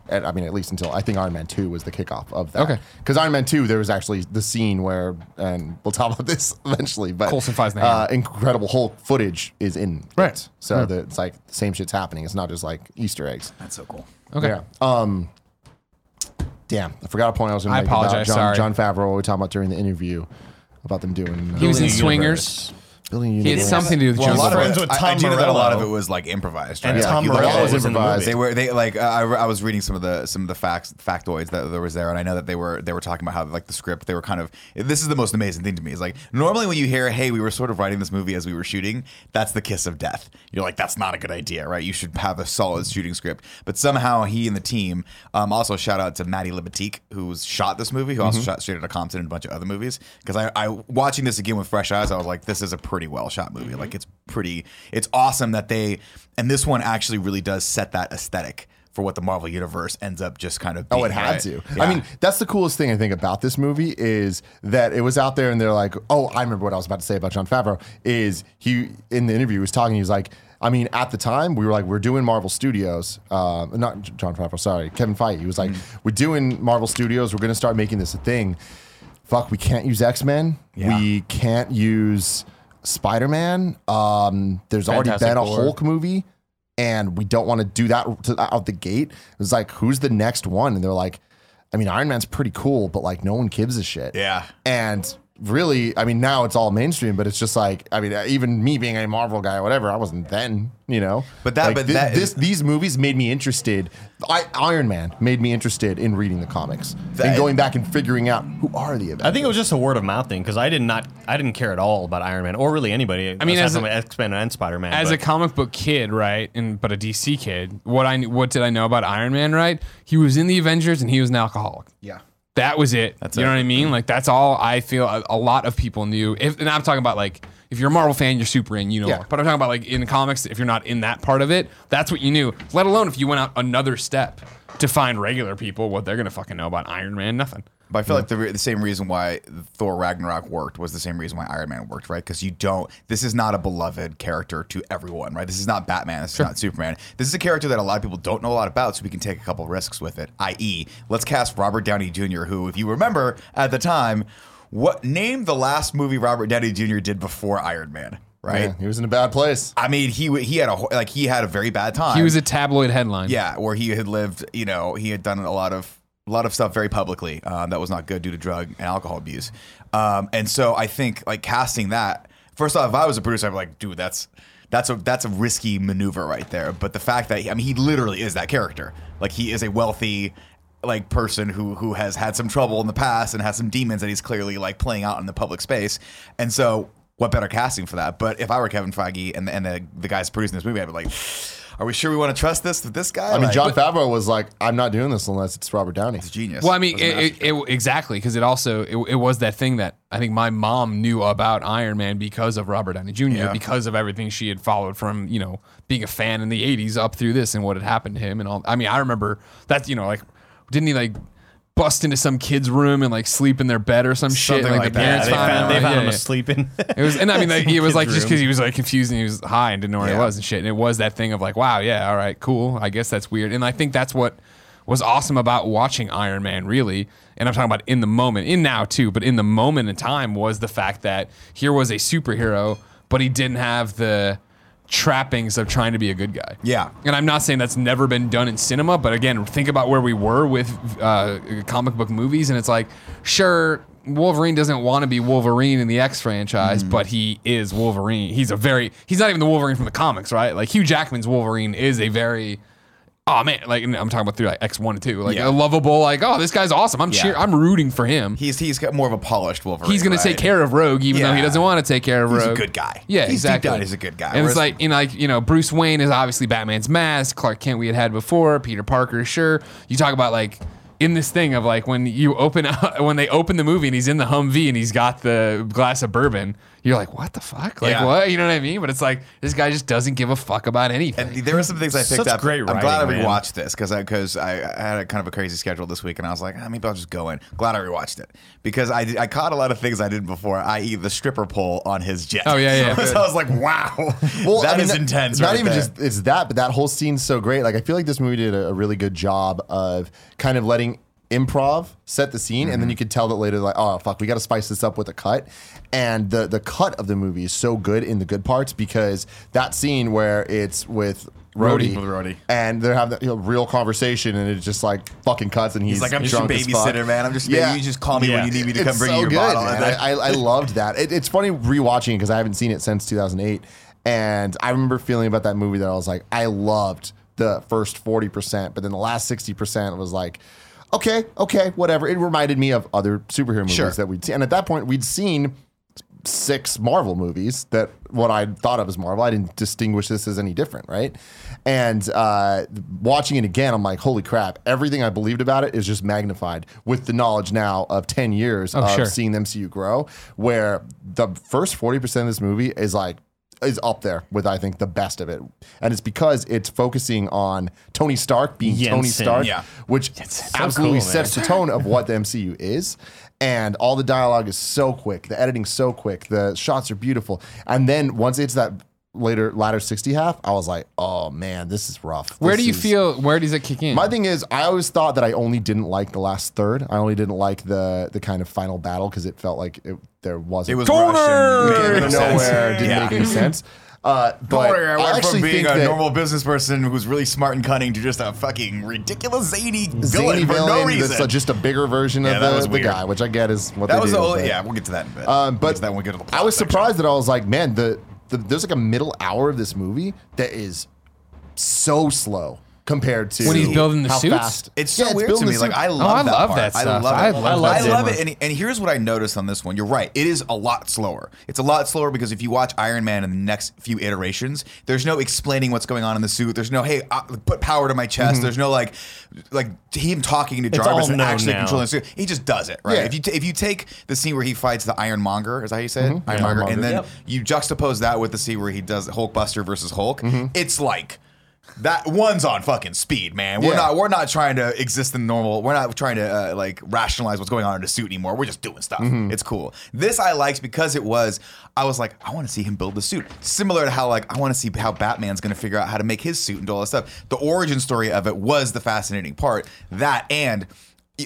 [SPEAKER 1] at, I mean, at least until I think Iron Man Two was the kickoff of that.
[SPEAKER 3] Okay.
[SPEAKER 1] Because Iron Man Two, there was actually the scene where, and we'll talk about this eventually, but
[SPEAKER 3] Coulson finds the
[SPEAKER 1] uh,
[SPEAKER 3] hand.
[SPEAKER 1] Incredible Hulk footage is in
[SPEAKER 3] Right. Hmm.
[SPEAKER 1] it. So the, it's like the same shit's happening. It's not just like Easter eggs.
[SPEAKER 2] That's so cool.
[SPEAKER 3] Okay.
[SPEAKER 1] Yeah. Um. Damn, I forgot a point I was going to
[SPEAKER 3] I
[SPEAKER 1] make
[SPEAKER 3] apologize,
[SPEAKER 1] about
[SPEAKER 3] sorry.
[SPEAKER 1] John, John Favreau. We were talking about during the interview about them doing.
[SPEAKER 3] He was in
[SPEAKER 4] Building a
[SPEAKER 3] Swingers.
[SPEAKER 1] building a
[SPEAKER 3] He had
[SPEAKER 1] universe.
[SPEAKER 3] something to do with
[SPEAKER 2] Well, a
[SPEAKER 3] John
[SPEAKER 2] lot of
[SPEAKER 4] Friends
[SPEAKER 2] it,
[SPEAKER 4] with
[SPEAKER 2] I- I
[SPEAKER 4] Tom
[SPEAKER 2] do know that a lot of it
[SPEAKER 4] Morello.
[SPEAKER 2] was like improvised.
[SPEAKER 4] And
[SPEAKER 2] right?
[SPEAKER 4] Tom
[SPEAKER 2] Like, you look at
[SPEAKER 4] Morello
[SPEAKER 2] it,
[SPEAKER 4] was in the
[SPEAKER 1] improvised.
[SPEAKER 4] movie.
[SPEAKER 2] They were they like uh, I, I was reading some of the some of the facts factoids that there was there, and I know that they were they were talking about how like the script they were kind of this is the most amazing thing to me is like normally when you hear hey we were sort of writing this movie as we were shooting that's the kiss of death you're like that's not a good idea right you should have a solid shooting script but somehow he and the team um, also shout out to Matty Libatique who's shot this movie who
[SPEAKER 1] Mm-hmm.
[SPEAKER 2] also shot Straight Outta Compton and a bunch of other movies because I, I watching this again with fresh eyes I was like this is a pretty well shot movie
[SPEAKER 1] Mm-hmm.
[SPEAKER 2] like it's pretty it's awesome that they and this one actually really does set that aesthetic for what the Marvel universe ends up just kind of. Being,
[SPEAKER 1] Oh, it had
[SPEAKER 2] right?
[SPEAKER 1] to.
[SPEAKER 2] Yeah.
[SPEAKER 1] I mean, that's the coolest thing I think about this movie is that it was out there, and they're like, "Oh, I remember what I was about to say about John Favreau." Is he in the interview he was talking? He was like, "I mean, at the time, we were like, we're doing Marvel Studios, uh, not J- John Favreau, sorry, Kevin Feige." He was like,
[SPEAKER 2] Mm-hmm.
[SPEAKER 1] "We're doing Marvel Studios. We're going to start making this a thing." Fuck, we can't use X Men.
[SPEAKER 2] Yeah.
[SPEAKER 1] We can't use Spider Man. Um, there's
[SPEAKER 4] Fantastic
[SPEAKER 1] already been a
[SPEAKER 4] Four.
[SPEAKER 1] Hulk Hulk movie and we don't want to do that to, out the gate. It was like, who's the next one? And they're like, I mean, Iron Man's pretty cool, but like, no one gives a shit.
[SPEAKER 2] Yeah.
[SPEAKER 1] And really, I mean, now it's all mainstream, but it's just like, I mean, even me being a Marvel guy or whatever, I wasn't then, you know?
[SPEAKER 2] But that-
[SPEAKER 1] Like,
[SPEAKER 2] but
[SPEAKER 1] thi-
[SPEAKER 2] that-
[SPEAKER 1] this, these movies made me interested. I, Iron Man made me interested in reading the comics and
[SPEAKER 2] That-
[SPEAKER 1] going back and figuring out who are the
[SPEAKER 4] I
[SPEAKER 1] Avengers.
[SPEAKER 4] think it was just a word of mouth thing because I did not, I didn't care at all about Iron Man or really anybody. I
[SPEAKER 3] mean, as a-
[SPEAKER 4] X Men and Spider Man.
[SPEAKER 3] as a comic book kid, right, and but a DC kid, what I kn- what did I know about Iron Man? Right, he was in the Avengers and he was an alcoholic.
[SPEAKER 2] yeah.
[SPEAKER 3] That was it. you know
[SPEAKER 2] it.
[SPEAKER 3] what I mean? Like that's all I feel. A, a lot of people knew. If, and I'm talking about like if you're a Marvel fan, you're super in. You know,
[SPEAKER 1] Yeah.
[SPEAKER 3] but I'm talking about like in the comics. If you're not in that part of it, that's what you knew. Let alone if you went out another step to find regular people, what they're gonna fucking know about Iron Man? Nothing.
[SPEAKER 2] But I feel like the, re- the same reason why Thor Ragnarok worked was the same reason why Iron Man worked, right? Because you don't. This is not a beloved character to everyone, right? This is not Batman. This is not Superman. This is a character that a lot of people don't know a lot about, so we can take a couple risks with it. I.e., let's cast Robert Downey Jr., who, if you remember at the time, what name the last movie Robert Downey Jr. did before Iron Man, right?
[SPEAKER 1] Yeah, he was in a bad place.
[SPEAKER 2] I mean, he w- he had a ho- like he had a very bad time.
[SPEAKER 3] He was a tabloid headline.
[SPEAKER 2] Yeah, where he had lived, you know, he had done a lot of a lot of stuff very publicly uh, that was not good due to drug and alcohol abuse. Um, and so I think like casting that first off, if I was a producer, I'd be like, dude, that's that's a that's a risky maneuver right there. But the fact that I mean, he literally is that character. Like he is a wealthy like person who who has had some trouble in the past and has some demons that he's clearly like playing out in the public space. And so what better casting for that? But if I were Kevin Feige and the, and the, the guys producing this movie, I'd be like, are we sure we want to trust this with this guy?
[SPEAKER 1] I mean,
[SPEAKER 2] Like,
[SPEAKER 1] John Favreau was like, "I'm not doing this unless it's Robert Downey."
[SPEAKER 2] it's genius.
[SPEAKER 3] Well, I mean,
[SPEAKER 2] It was a
[SPEAKER 3] it, it, it, exactly because it also it, it was that thing that I think my mom knew about Iron Man because of Robert Downey Jr.
[SPEAKER 2] Yeah.
[SPEAKER 3] because of everything she had followed from you know being a fan in the '80s up through this and what had happened to him and all. I mean, I remember that you know like didn't he like bust into some kid's room and like sleep in their bed or some shit?
[SPEAKER 2] Something
[SPEAKER 3] and, like,
[SPEAKER 2] like
[SPEAKER 3] the
[SPEAKER 2] that.
[SPEAKER 4] Yeah,
[SPEAKER 3] parents
[SPEAKER 4] they
[SPEAKER 3] found,
[SPEAKER 4] found,
[SPEAKER 3] out.
[SPEAKER 4] they
[SPEAKER 3] Like,
[SPEAKER 4] found
[SPEAKER 3] yeah,
[SPEAKER 4] him
[SPEAKER 3] yeah.
[SPEAKER 4] asleep in.
[SPEAKER 3] It was, and I mean, like, it was
[SPEAKER 4] kid's
[SPEAKER 3] like just
[SPEAKER 4] room.
[SPEAKER 3] because he was like confused and he was high and didn't know where
[SPEAKER 2] Yeah.
[SPEAKER 3] he was and shit. And it was that thing of like, wow, yeah, all right, cool. I guess that's weird. And I think that's what was awesome about watching Iron Man, really. And I'm talking about in the moment, in now too, but in the moment in time was the fact that here was a superhero, but he didn't have the trappings of trying to be a good guy.
[SPEAKER 2] Yeah.
[SPEAKER 3] And I'm not saying that's never been done in cinema, but again, think about where we were with uh, comic book movies, and it's like, sure, Wolverine doesn't want to be Wolverine in the X franchise,
[SPEAKER 2] Mm-hmm.
[SPEAKER 3] but he is Wolverine. He's a very, he's not even the Wolverine from the comics, right? Like Hugh Jackman's Wolverine is a very, oh man, like and I'm talking about through like X one and two, like
[SPEAKER 2] Yeah.
[SPEAKER 3] a lovable, like oh this guy's awesome. I'm cheer, I'm rooting for him.
[SPEAKER 2] he's he's got more of a polished Wolverine.
[SPEAKER 3] He's going
[SPEAKER 2] right?
[SPEAKER 3] to take care of Rogue, even though he
[SPEAKER 2] Yeah.
[SPEAKER 3] doesn't want to take care of
[SPEAKER 2] He's a
[SPEAKER 3] Rogue.
[SPEAKER 2] good guy.
[SPEAKER 3] Yeah,
[SPEAKER 2] He's deep
[SPEAKER 3] exactly.
[SPEAKER 2] down, he's a good guy.
[SPEAKER 3] And
[SPEAKER 2] Whereas-
[SPEAKER 3] it's like, you know, like you know, Bruce Wayne is obviously Batman's mask. Clark Kent we had had before. Peter Parker, sure. You talk about like in this thing of like when you open up, when they open the movie and he's in the Humvee and he's got the glass of bourbon. You're like, what the fuck? Like
[SPEAKER 2] Yeah.
[SPEAKER 3] what? You know what I mean? But it's like this guy just doesn't give a fuck about anything.
[SPEAKER 2] And there were some things I picked
[SPEAKER 4] Such
[SPEAKER 2] up.
[SPEAKER 4] great
[SPEAKER 2] I'm glad I
[SPEAKER 4] writing, man.
[SPEAKER 2] rewatched this because I because I, I had a kind of a crazy schedule this week, and I was like, ah, maybe I'll just go in. Glad I rewatched it because I did- I caught a lot of things I didn't before, i.e. the stripper pole on his jet.
[SPEAKER 3] Oh, yeah, yeah.
[SPEAKER 2] so I was like, wow,
[SPEAKER 1] Well,
[SPEAKER 2] that
[SPEAKER 1] I mean,
[SPEAKER 2] is
[SPEAKER 1] not-
[SPEAKER 2] intense.
[SPEAKER 1] Not
[SPEAKER 2] right
[SPEAKER 1] even
[SPEAKER 2] there.
[SPEAKER 1] just it's that, but that whole scene's so great. Like I feel like this movie did a, a really good job of kind of letting improv set the scene,
[SPEAKER 2] Mm-hmm.
[SPEAKER 1] and then you could tell that later, like, oh fuck, we got to spice this up with a cut. And the the cut of the movie is so good in the good parts because that scene where it's with. Rhodey,
[SPEAKER 3] Rhodey. With Rhodey.
[SPEAKER 1] and they're having that you know, real conversation, and it just like fucking cuts, and he's,
[SPEAKER 2] He's like, I'm just your
[SPEAKER 1] drunk as fuck."
[SPEAKER 2] babysitter, man. I'm just
[SPEAKER 1] Yeah.
[SPEAKER 2] you just call me
[SPEAKER 4] Yeah.
[SPEAKER 2] when you need me to
[SPEAKER 1] It's
[SPEAKER 2] come bring you your bottle.
[SPEAKER 1] man.
[SPEAKER 2] And I-
[SPEAKER 1] I, I, I loved that. It, it's funny rewatching it because I haven't seen it since 2008. And I remember feeling about that movie that I was like, I loved the first 40%, but then the last 60% was like, okay, okay, whatever. It reminded me of other superhero movies
[SPEAKER 2] Sure.
[SPEAKER 1] that we'd seen. And at that point, we'd seen six Marvel movies that what I thought of as Marvel. I didn't distinguish this as any different, right? And uh, watching it again, I'm like, holy crap! Everything I believed about it is just magnified with the knowledge now of ten years
[SPEAKER 4] Oh,
[SPEAKER 1] of
[SPEAKER 3] sure.
[SPEAKER 1] seeing the MCU grow. Where the first forty percent of this movie is like is up there with I think the best of it, and it's because it's focusing on Tony Stark being Tony
[SPEAKER 4] Jensen.
[SPEAKER 1] Stark,
[SPEAKER 2] Yeah.
[SPEAKER 1] which absolutely
[SPEAKER 4] cool, man.
[SPEAKER 1] sets the tone of what the MCU is. And all the dialogue is so quick, the editing's so quick, the shots are beautiful. And then once it's that later latter 60 half, I was like, oh man, this is rough.
[SPEAKER 3] where
[SPEAKER 1] This
[SPEAKER 3] do you
[SPEAKER 1] is-
[SPEAKER 3] feel? Where does it kick in?
[SPEAKER 1] my thing is, I always thought that I only didn't like the last third. I only didn't like the the kind of final battle because it felt like it, there wasn't
[SPEAKER 2] it was Russian.
[SPEAKER 1] came out
[SPEAKER 2] Made no
[SPEAKER 1] of
[SPEAKER 2] sense.
[SPEAKER 1] nowhere. Didn't
[SPEAKER 2] Yeah.
[SPEAKER 1] make any sense. Uh,
[SPEAKER 2] Don't
[SPEAKER 1] but
[SPEAKER 2] worry, I
[SPEAKER 1] I
[SPEAKER 2] went
[SPEAKER 1] actually
[SPEAKER 2] from being
[SPEAKER 1] think
[SPEAKER 2] a
[SPEAKER 1] that
[SPEAKER 2] normal business person who's really smart and cunning to just a fucking ridiculous zany villain
[SPEAKER 1] Zany
[SPEAKER 2] for no
[SPEAKER 1] villain
[SPEAKER 2] reason.
[SPEAKER 1] that's uh, just a bigger version
[SPEAKER 2] Yeah, that
[SPEAKER 1] of
[SPEAKER 2] was
[SPEAKER 1] the, the
[SPEAKER 2] weird.
[SPEAKER 1] guy, which I get is what
[SPEAKER 2] that
[SPEAKER 1] they
[SPEAKER 2] was
[SPEAKER 1] do,
[SPEAKER 2] the whole.
[SPEAKER 1] but-
[SPEAKER 2] Yeah, we'll get to that in a bit.
[SPEAKER 1] Um,
[SPEAKER 2] We'll
[SPEAKER 1] but
[SPEAKER 2] get to that when we get to the plot
[SPEAKER 1] I was
[SPEAKER 2] section.
[SPEAKER 1] surprised that I was like, man, the, the there's like a middle hour of this movie that is so slow compared to
[SPEAKER 3] When he's building the
[SPEAKER 1] how
[SPEAKER 3] suits?
[SPEAKER 1] fast-
[SPEAKER 2] It's so
[SPEAKER 1] Yeah,
[SPEAKER 2] weird to
[SPEAKER 1] building
[SPEAKER 2] me.
[SPEAKER 1] the
[SPEAKER 2] Like
[SPEAKER 1] suits.
[SPEAKER 2] I love,
[SPEAKER 3] I
[SPEAKER 2] that
[SPEAKER 3] love
[SPEAKER 2] part.
[SPEAKER 3] that
[SPEAKER 2] I
[SPEAKER 3] stuff.
[SPEAKER 2] love it.
[SPEAKER 3] I
[SPEAKER 2] I
[SPEAKER 3] love
[SPEAKER 2] love,
[SPEAKER 3] that
[SPEAKER 2] it.
[SPEAKER 3] so
[SPEAKER 2] And, and here's what I noticed on this one. You're right. It is a lot slower. It's a lot slower because if you watch Iron Man in the next few iterations, there's no explaining what's going on in the suit. There's no hey, uh, put power to my chest. There's no like, like him talking to Jarvis
[SPEAKER 4] all
[SPEAKER 2] and
[SPEAKER 4] known
[SPEAKER 2] actually
[SPEAKER 4] now.
[SPEAKER 2] controlling the suit. He just does it right.
[SPEAKER 1] Yeah.
[SPEAKER 2] If you t- if you take the scene where he fights the Ironmonger, is that how you say it? Ironmonger,
[SPEAKER 1] Ironmonger.
[SPEAKER 2] and then
[SPEAKER 5] Yep.
[SPEAKER 2] you juxtapose that with the scene where he does Hulkbuster versus Hulk. It's like. That one's on fucking speed, man. We're
[SPEAKER 1] Yeah.
[SPEAKER 2] not we're not trying to exist in normal. We're not trying to uh, like rationalize what's going on in the suit anymore. We're just doing stuff.
[SPEAKER 1] Mm-hmm.
[SPEAKER 2] It's cool. This I liked because it was. I was like, I want to see him build the suit. Similar to how like I want to see how Batman's going to figure out how to make his suit and do all that stuff. The origin story of it was the fascinating part. That and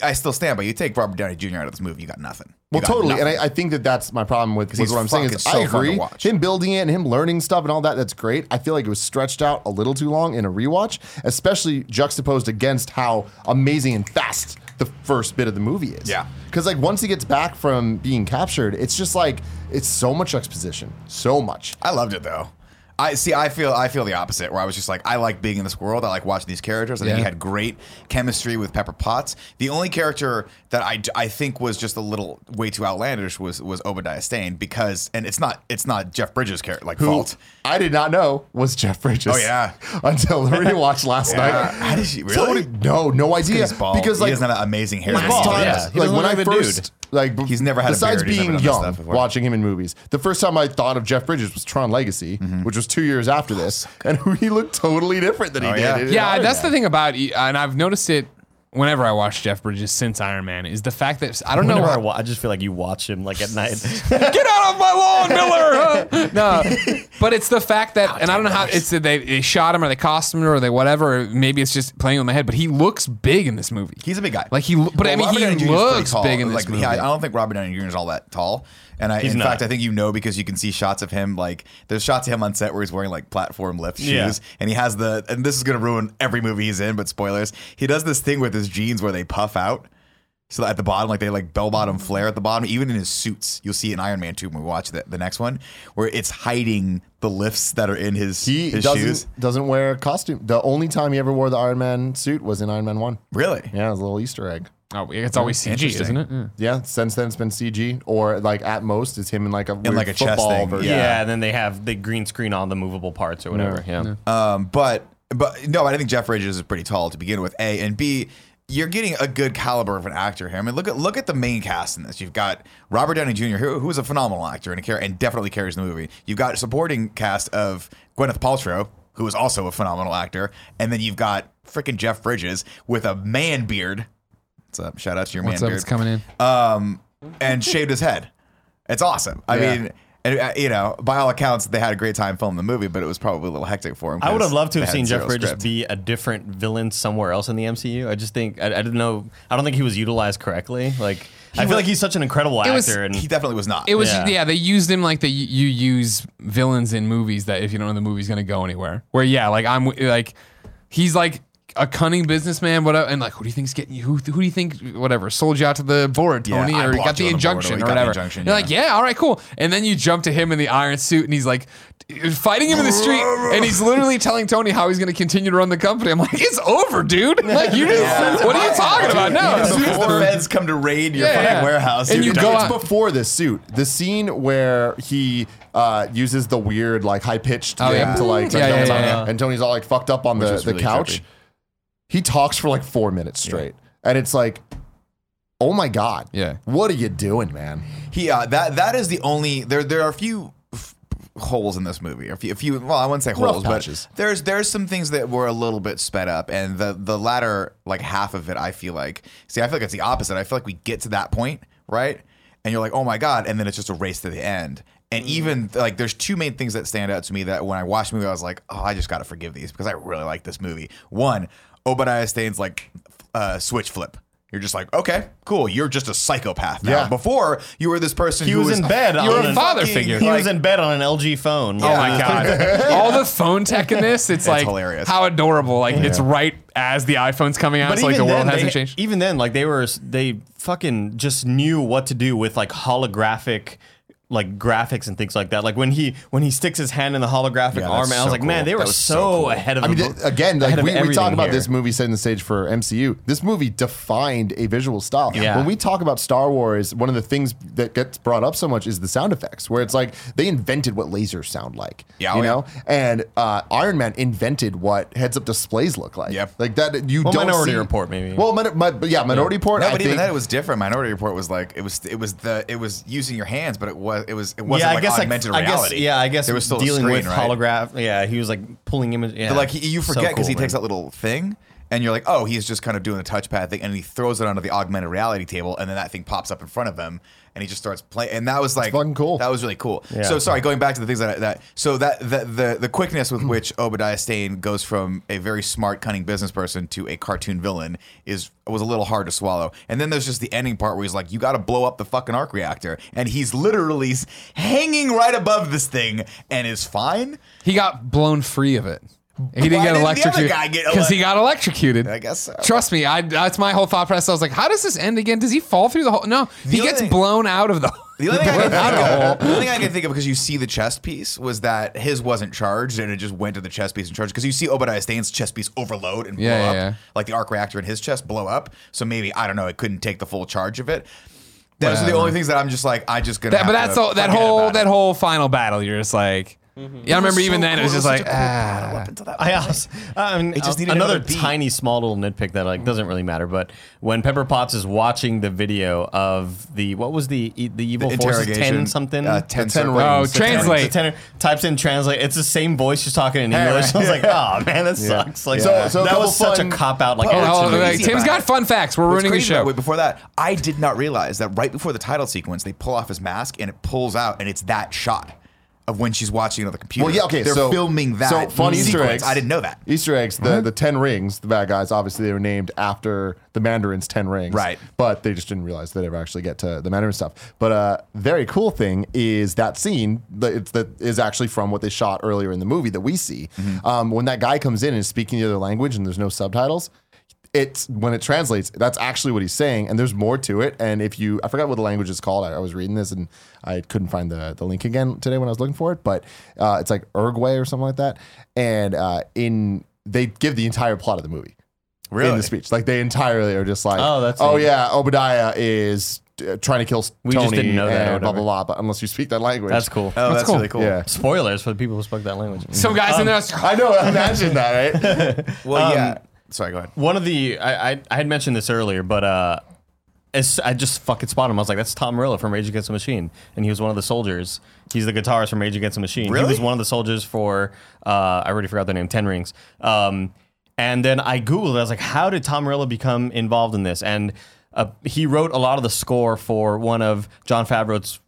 [SPEAKER 2] I still stand by. You take Robert Downey Jr. out of this movie, you got nothing. You
[SPEAKER 1] Well,
[SPEAKER 2] got
[SPEAKER 1] totally,
[SPEAKER 2] nothing.
[SPEAKER 1] and I, I think that that's my problem with, with
[SPEAKER 2] he's
[SPEAKER 1] what I'm saying
[SPEAKER 2] fucking
[SPEAKER 1] is
[SPEAKER 2] so
[SPEAKER 1] I
[SPEAKER 2] fun to
[SPEAKER 1] agree.
[SPEAKER 2] watch.
[SPEAKER 1] Him building it and him learning stuff and all that, that's great. I feel like it was stretched out a little too long in a rewatch, especially juxtaposed against how amazing and fast the first bit of the movie is.
[SPEAKER 2] Yeah.
[SPEAKER 1] because like once he gets back from being captured, it's just like it's so much exposition, so much.
[SPEAKER 2] I loved it though. I see. I feel. I feel the opposite. Where I was just like, I like being in this world. I like watching these characters. I think he
[SPEAKER 3] Yeah.
[SPEAKER 2] had great chemistry with Pepper Potts. The only character that I, I think was just a little way too outlandish was was Obadiah Stane because, and it's not it's not Jeff Bridges' character like
[SPEAKER 1] who
[SPEAKER 2] fault.
[SPEAKER 1] I did not know was Jeff Bridges.
[SPEAKER 2] Oh, yeah.
[SPEAKER 1] until the rewatch last
[SPEAKER 2] Uh,
[SPEAKER 1] night.
[SPEAKER 2] how did she
[SPEAKER 1] Totally-
[SPEAKER 2] really?
[SPEAKER 1] no, no idea.
[SPEAKER 2] He's bald.
[SPEAKER 1] Because
[SPEAKER 2] he
[SPEAKER 1] like
[SPEAKER 2] doesn't have that amazing hair.
[SPEAKER 1] last
[SPEAKER 4] bald,
[SPEAKER 1] time,
[SPEAKER 4] yeah. He
[SPEAKER 1] like
[SPEAKER 4] doesn't
[SPEAKER 1] when
[SPEAKER 4] look
[SPEAKER 1] I
[SPEAKER 4] like a dude.
[SPEAKER 1] first, like b-
[SPEAKER 2] He's never had a
[SPEAKER 1] besides
[SPEAKER 2] beard, he's never
[SPEAKER 1] being
[SPEAKER 2] done this
[SPEAKER 1] young,
[SPEAKER 2] stuff before.
[SPEAKER 1] watching him in movies. The first time I thought of Jeff Bridges was Tron Legacy,
[SPEAKER 2] Mm-hmm.
[SPEAKER 1] which was two years after this, and he looked totally different than he
[SPEAKER 2] Oh,
[SPEAKER 1] did.
[SPEAKER 2] yeah.
[SPEAKER 1] in
[SPEAKER 3] Yeah,
[SPEAKER 1] Iron
[SPEAKER 3] that's
[SPEAKER 1] Man.
[SPEAKER 3] the thing about, E, and I've noticed it whenever I watch Jeff Bridges since Iron Man is the fact that I don't know
[SPEAKER 4] Whenever
[SPEAKER 3] why-
[SPEAKER 4] I, wa- I just feel like you watch him like at night.
[SPEAKER 3] get out of my lawn, Miller. Huh? No, but it's the fact that, and I don't know how it's that they, they shot him or they cost him or they whatever. or Maybe it's just playing with my head, but he looks big in this movie.
[SPEAKER 2] He's a big guy.
[SPEAKER 3] Like he, lo- but I
[SPEAKER 2] Well, Robert
[SPEAKER 3] mean,
[SPEAKER 2] Downey Jr.
[SPEAKER 3] he
[SPEAKER 2] is pretty
[SPEAKER 3] looks
[SPEAKER 2] tall.
[SPEAKER 3] big in this
[SPEAKER 2] like,
[SPEAKER 3] movie.
[SPEAKER 2] Yeah, I don't think Robert Downey Jr. is all that tall. And I, in
[SPEAKER 4] not.
[SPEAKER 2] fact, I think you know because you can see shots of him. Like there's shots of him on set where he's wearing like platform lift shoes,
[SPEAKER 4] Yeah.
[SPEAKER 2] and he has the. And this is gonna ruin every movie he's in, but spoilers. He does this thing with his jeans where they puff out. So at the bottom, like they like bell bottom flare at the bottom, even in his suits, you'll see in Iron Man 2 when we watch the, the next one, where it's hiding the lifts that are in his,
[SPEAKER 1] He
[SPEAKER 2] his
[SPEAKER 1] doesn't
[SPEAKER 2] shoes.
[SPEAKER 1] doesn't wear a costume. The only time he ever wore the Iron Man suit was in Iron Man One.
[SPEAKER 2] Really?
[SPEAKER 1] Yeah, it was a little Easter egg.
[SPEAKER 3] oh, it's always CG,
[SPEAKER 2] Interesting.
[SPEAKER 3] isn't it? Yeah.
[SPEAKER 1] Yeah, since then it's been CG or like at most it's him in like a weird
[SPEAKER 2] like, a chest
[SPEAKER 1] football
[SPEAKER 2] thing,
[SPEAKER 1] version.
[SPEAKER 4] yeah.
[SPEAKER 2] Yeah.
[SPEAKER 4] and then they have the green screen on the movable parts or whatever. yeah.
[SPEAKER 2] Um, but but no, I think Jeff Bridges is pretty tall to begin with. A and B, you're getting a good caliber of an actor here. I mean, look at look at the main cast in this. You've got Robert Downey Jr., who, who is a phenomenal actor and a car- and definitely carries the movie. You've got a supporting cast of Gwyneth Paltrow, who is also a phenomenal actor, and then you've got freaking Jeff Bridges with a man beard. What's up? Shout out to your
[SPEAKER 3] What's
[SPEAKER 2] man
[SPEAKER 3] up?
[SPEAKER 2] beard
[SPEAKER 3] It's coming in.
[SPEAKER 2] um, and shaved his head. It's awesome. I
[SPEAKER 1] Yeah.
[SPEAKER 2] mean, and, uh, you know, by all accounts, they had a great time filming the movie, but it was probably a little hectic for him.
[SPEAKER 4] I would
[SPEAKER 2] 'cause
[SPEAKER 4] have loved to have
[SPEAKER 2] they had
[SPEAKER 4] seen Jeff
[SPEAKER 2] zero
[SPEAKER 4] Bridges
[SPEAKER 2] script.
[SPEAKER 4] be a different villain somewhere else in the MCU. I just think I, I didn't know. I don't think he was utilized correctly. Like I feel like he's such an incredible actor,
[SPEAKER 3] was-
[SPEAKER 4] and
[SPEAKER 2] He definitely was not.
[SPEAKER 3] It was yeah.
[SPEAKER 4] Yeah.
[SPEAKER 3] they used him like they you use villains in movies that if you don't know the movie's gonna go anywhere. Where yeah, like I'm like he's like a cunning businessman, whatever, and like who do you think's getting you? Who, who do you think whatever sold you out to the board,
[SPEAKER 2] Yeah,
[SPEAKER 3] Tony,
[SPEAKER 2] I
[SPEAKER 3] or he got
[SPEAKER 2] blocked you
[SPEAKER 3] the
[SPEAKER 2] on the board, or he
[SPEAKER 3] injunction or,
[SPEAKER 2] got the
[SPEAKER 3] whatever?
[SPEAKER 2] injunction,
[SPEAKER 3] You're
[SPEAKER 2] yeah.
[SPEAKER 3] like yeah, all right, cool, and then you jump to him in the iron suit, and he's like. Fighting him in the street, and he's literally telling Tony how he's going to continue to run the company. I'm like, it's over, dude. Like, you just, what are you talking about? No,
[SPEAKER 2] As soon as the feds come to raid your
[SPEAKER 3] Yeah,
[SPEAKER 2] fucking
[SPEAKER 3] yeah.
[SPEAKER 2] warehouse,
[SPEAKER 3] And
[SPEAKER 2] you're
[SPEAKER 3] you
[SPEAKER 2] done.
[SPEAKER 3] go
[SPEAKER 1] it's
[SPEAKER 3] on-
[SPEAKER 1] before this suit. The scene where he uh, uses the weird, like high pitched
[SPEAKER 3] Oh,
[SPEAKER 1] thing
[SPEAKER 3] yeah.
[SPEAKER 1] to like,
[SPEAKER 3] Yeah,
[SPEAKER 1] to
[SPEAKER 3] yeah,
[SPEAKER 1] Tony.
[SPEAKER 3] yeah.
[SPEAKER 1] and Tony's all like fucked up on the,
[SPEAKER 2] is
[SPEAKER 1] the
[SPEAKER 2] really
[SPEAKER 1] couch.
[SPEAKER 2] trippy.
[SPEAKER 1] He talks for like four minutes straight, and it's like, oh my god,
[SPEAKER 3] Yeah.
[SPEAKER 1] what are you doing, man?
[SPEAKER 2] He uh, that that is the only there. There are a few f- holes in this movie. A few, a few. Well, I wouldn't say
[SPEAKER 1] Rough
[SPEAKER 2] holes,
[SPEAKER 1] patches.
[SPEAKER 2] but there's there's some things that were a little bit sped up, and the the latter like half of it, I feel like. See, I feel like it's the opposite. I feel like we get to that point, right, and you're like, oh my god, and then it's just a race to the end.
[SPEAKER 4] Mm.
[SPEAKER 2] And even like, there's two main things that stand out to me that when I watched the movie, I was like, oh, I just gotta forgive these because I really like this movie. One, Obadiah Stane's like uh, switch flip. You're just like, okay, cool. You're just a psychopath now.
[SPEAKER 1] Yeah.
[SPEAKER 2] Before you were this person
[SPEAKER 4] he
[SPEAKER 2] who
[SPEAKER 4] was in bed.
[SPEAKER 3] You were
[SPEAKER 4] on
[SPEAKER 3] a
[SPEAKER 4] an-
[SPEAKER 3] father
[SPEAKER 2] fucking-
[SPEAKER 3] figure.
[SPEAKER 4] He
[SPEAKER 2] like-
[SPEAKER 4] was in bed on an LG phone.
[SPEAKER 3] Oh my god! All the phone tech in this, it's, like
[SPEAKER 2] Uh, hilarious.
[SPEAKER 3] how adorable. Like it's right as the iPhone's coming out,
[SPEAKER 4] But
[SPEAKER 3] it's like the
[SPEAKER 4] even
[SPEAKER 3] world
[SPEAKER 4] then,
[SPEAKER 3] hasn't
[SPEAKER 4] they-
[SPEAKER 2] e-
[SPEAKER 3] changed.
[SPEAKER 4] Even then, like they were, they fucking just knew what to do with like holographic, like graphics and things like that. Like when he when he sticks his hand in the holographic
[SPEAKER 2] that's
[SPEAKER 4] arm, and I
[SPEAKER 2] so
[SPEAKER 4] was like, man,
[SPEAKER 2] cool.
[SPEAKER 4] they were
[SPEAKER 2] That
[SPEAKER 4] so,
[SPEAKER 2] was so cool.
[SPEAKER 4] ahead of.
[SPEAKER 1] I mean,
[SPEAKER 4] the,
[SPEAKER 1] th- again,
[SPEAKER 4] ahead
[SPEAKER 1] like
[SPEAKER 4] of
[SPEAKER 1] we, we talk
[SPEAKER 4] everything
[SPEAKER 1] about
[SPEAKER 4] here.
[SPEAKER 1] this movie setting the stage for MCU. This movie defined a visual style.
[SPEAKER 4] Yeah.
[SPEAKER 1] When we talk about Star Wars, one of the things that gets brought up so much is the sound effects, where it's like they invented what lasers sound like.
[SPEAKER 2] Yeah,
[SPEAKER 1] you
[SPEAKER 2] oh, yeah.
[SPEAKER 1] know, and uh, Iron Man invented what heads-up displays look like.
[SPEAKER 2] Yep.
[SPEAKER 1] like that. You
[SPEAKER 4] Well,
[SPEAKER 1] don't
[SPEAKER 4] Minority
[SPEAKER 1] see-
[SPEAKER 4] Report, maybe.
[SPEAKER 1] Well, min- my, but yeah, Minority Report.
[SPEAKER 2] No,
[SPEAKER 1] I
[SPEAKER 2] but even
[SPEAKER 1] think-
[SPEAKER 2] that it was different. Minority Report was like it was it was the it was using your hands, but it was it was it wasn't
[SPEAKER 4] yeah,
[SPEAKER 2] like
[SPEAKER 4] I guess like,
[SPEAKER 2] augmented
[SPEAKER 4] I guess-
[SPEAKER 2] reality.
[SPEAKER 4] yeah, I guess
[SPEAKER 2] there was still
[SPEAKER 4] dealing
[SPEAKER 2] a screen,
[SPEAKER 4] with
[SPEAKER 2] right?
[SPEAKER 4] holograph. Yeah, he was like pulling images. Yeah.
[SPEAKER 2] But like he, you
[SPEAKER 4] So
[SPEAKER 2] forget because
[SPEAKER 4] cool,
[SPEAKER 2] he takes that
[SPEAKER 4] man.
[SPEAKER 2] little thing, and you're like, oh, he's just kind of doing the touchpad thing, and he throws it onto the augmented reality table, and then that thing pops up in front of him, and he just starts playing, and that was like
[SPEAKER 1] fucking cool.
[SPEAKER 2] That was really cool.
[SPEAKER 4] Yeah.
[SPEAKER 2] So sorry, going back to the things that that so that the the, the quickness with which Obadiah Stane goes from a very smart, cunning business person to a cartoon villain is was a little hard to swallow. And then there's just the ending part where he's like, "You got to blow up the fucking arc reactor," and he's literally s- hanging right above this thing and is fine.
[SPEAKER 3] He got blown free of it.
[SPEAKER 2] Why
[SPEAKER 3] He didn't get
[SPEAKER 2] didn't the other
[SPEAKER 3] electrocuted
[SPEAKER 2] guy get
[SPEAKER 3] because he got electrocuted.
[SPEAKER 2] I guess so.
[SPEAKER 3] Trust me, I, that's my whole thought process. I was like, how does this end again? Does he fall through the hole? No,
[SPEAKER 2] The
[SPEAKER 3] he gets
[SPEAKER 2] only-
[SPEAKER 3] blown out of the.
[SPEAKER 2] The only, thing I can think of, the only thing I can think of because you see the chest piece was that his wasn't charged and it just went to the chest piece and charged because you see Obadiah Stane's chest piece overload and blow
[SPEAKER 3] Yeah,
[SPEAKER 2] up
[SPEAKER 3] yeah, yeah.
[SPEAKER 2] like the arc reactor in his chest blow up. So maybe I don't know. It couldn't take the full charge of it. Those are the
[SPEAKER 3] Whatever.
[SPEAKER 2] only things that I'm just like I just gonna.
[SPEAKER 3] Uh. That,
[SPEAKER 2] have
[SPEAKER 3] but
[SPEAKER 2] to
[SPEAKER 3] that's all, that
[SPEAKER 2] forget
[SPEAKER 3] whole
[SPEAKER 2] about
[SPEAKER 3] that
[SPEAKER 2] it.
[SPEAKER 3] whole final battle. You're just like, yeah. I remember
[SPEAKER 2] was
[SPEAKER 3] even
[SPEAKER 2] so
[SPEAKER 3] then it was
[SPEAKER 2] cool.
[SPEAKER 3] just
[SPEAKER 2] such
[SPEAKER 3] like,
[SPEAKER 2] a cool
[SPEAKER 3] ah.
[SPEAKER 2] battle up until that
[SPEAKER 4] I
[SPEAKER 2] point.
[SPEAKER 4] also, I mean,
[SPEAKER 2] It just needed
[SPEAKER 4] another,
[SPEAKER 2] another beat.
[SPEAKER 4] tiny small little nitpick that like doesn't really matter, but when Pepper Potts is watching the video of the what was the e- the evil force ten something
[SPEAKER 2] Uh, ten,
[SPEAKER 1] The 10
[SPEAKER 2] circle.
[SPEAKER 1] rings.
[SPEAKER 3] oh,
[SPEAKER 1] It's a
[SPEAKER 4] The
[SPEAKER 3] translate.
[SPEAKER 4] tenor types in translate. It's the same voice just talking in English. I was like, oh man, that sucks. Like
[SPEAKER 1] So- so a
[SPEAKER 4] that
[SPEAKER 1] couple
[SPEAKER 4] was such a
[SPEAKER 1] fun-
[SPEAKER 4] cop out. Like,
[SPEAKER 3] Oh,
[SPEAKER 4] oh,
[SPEAKER 3] oh, like,
[SPEAKER 2] easy
[SPEAKER 3] Tim's
[SPEAKER 2] about
[SPEAKER 3] got
[SPEAKER 2] it.
[SPEAKER 3] fun facts. We're
[SPEAKER 2] What's
[SPEAKER 3] ruining the
[SPEAKER 2] crazy about-
[SPEAKER 3] show.
[SPEAKER 2] Wait, before that, I did not realize that right before the title sequence, they pull off his mask and it pulls out, and it's that shot of when she's watching it on the computer.
[SPEAKER 1] Well, yeah, okay.
[SPEAKER 2] They're
[SPEAKER 1] so
[SPEAKER 2] filming that.
[SPEAKER 1] So fun Easter
[SPEAKER 2] sequence.
[SPEAKER 1] eggs.
[SPEAKER 2] I didn't know that.
[SPEAKER 1] Easter eggs. The the ten rings. The bad guys. Obviously, they were named after the Mandarin's ten rings.
[SPEAKER 2] Right.
[SPEAKER 1] But they just didn't realize they'd ever actually get to the Mandarin stuff. But uh, very cool thing is that scene that, it's, that is actually from what they shot earlier in the movie that we see. Um, when that guy comes in and is speaking the other language and there's no subtitles. It's when it translates, that's actually what he's saying, and there's more to it. And if you, I forgot what the language is called. I, I was reading this and I couldn't find the, the link again today when I was looking for it, but uh, it's like Uruguay or something like that. And uh, in they give the entire plot of the movie in
[SPEAKER 2] Really?
[SPEAKER 1] the speech. Like they entirely are just like,
[SPEAKER 4] Oh, that's
[SPEAKER 1] oh
[SPEAKER 4] neat.
[SPEAKER 1] yeah, Obadiah is uh, trying to kill s-
[SPEAKER 4] We
[SPEAKER 1] Tony.
[SPEAKER 4] just didn't know that or
[SPEAKER 1] and blah blah
[SPEAKER 4] whatever.
[SPEAKER 1] blah. But unless you speak that language,
[SPEAKER 4] that's cool.
[SPEAKER 2] Oh, that's
[SPEAKER 3] cool.
[SPEAKER 2] really cool.
[SPEAKER 1] Yeah,
[SPEAKER 4] Spoilers for the people who spoke that language.
[SPEAKER 3] Some guys in there.
[SPEAKER 1] I know. Imagine that, right? Um,
[SPEAKER 2] Well, yeah. Sorry, go ahead.
[SPEAKER 4] One of the I, I I had mentioned this earlier, but uh, as I just fucking spotted him. I was like, "That's Tom Morello from Rage Against the Machine," and he was one of the soldiers. He's the guitarist from Rage Against the Machine.
[SPEAKER 2] Really?
[SPEAKER 4] He was one of the soldiers for uh, I already forgot the name, Ten Rings. Um, and then I googled. I was like, "How did Tom Morello become involved in this?" And uh, he wrote a lot of the score for one of John Favreau's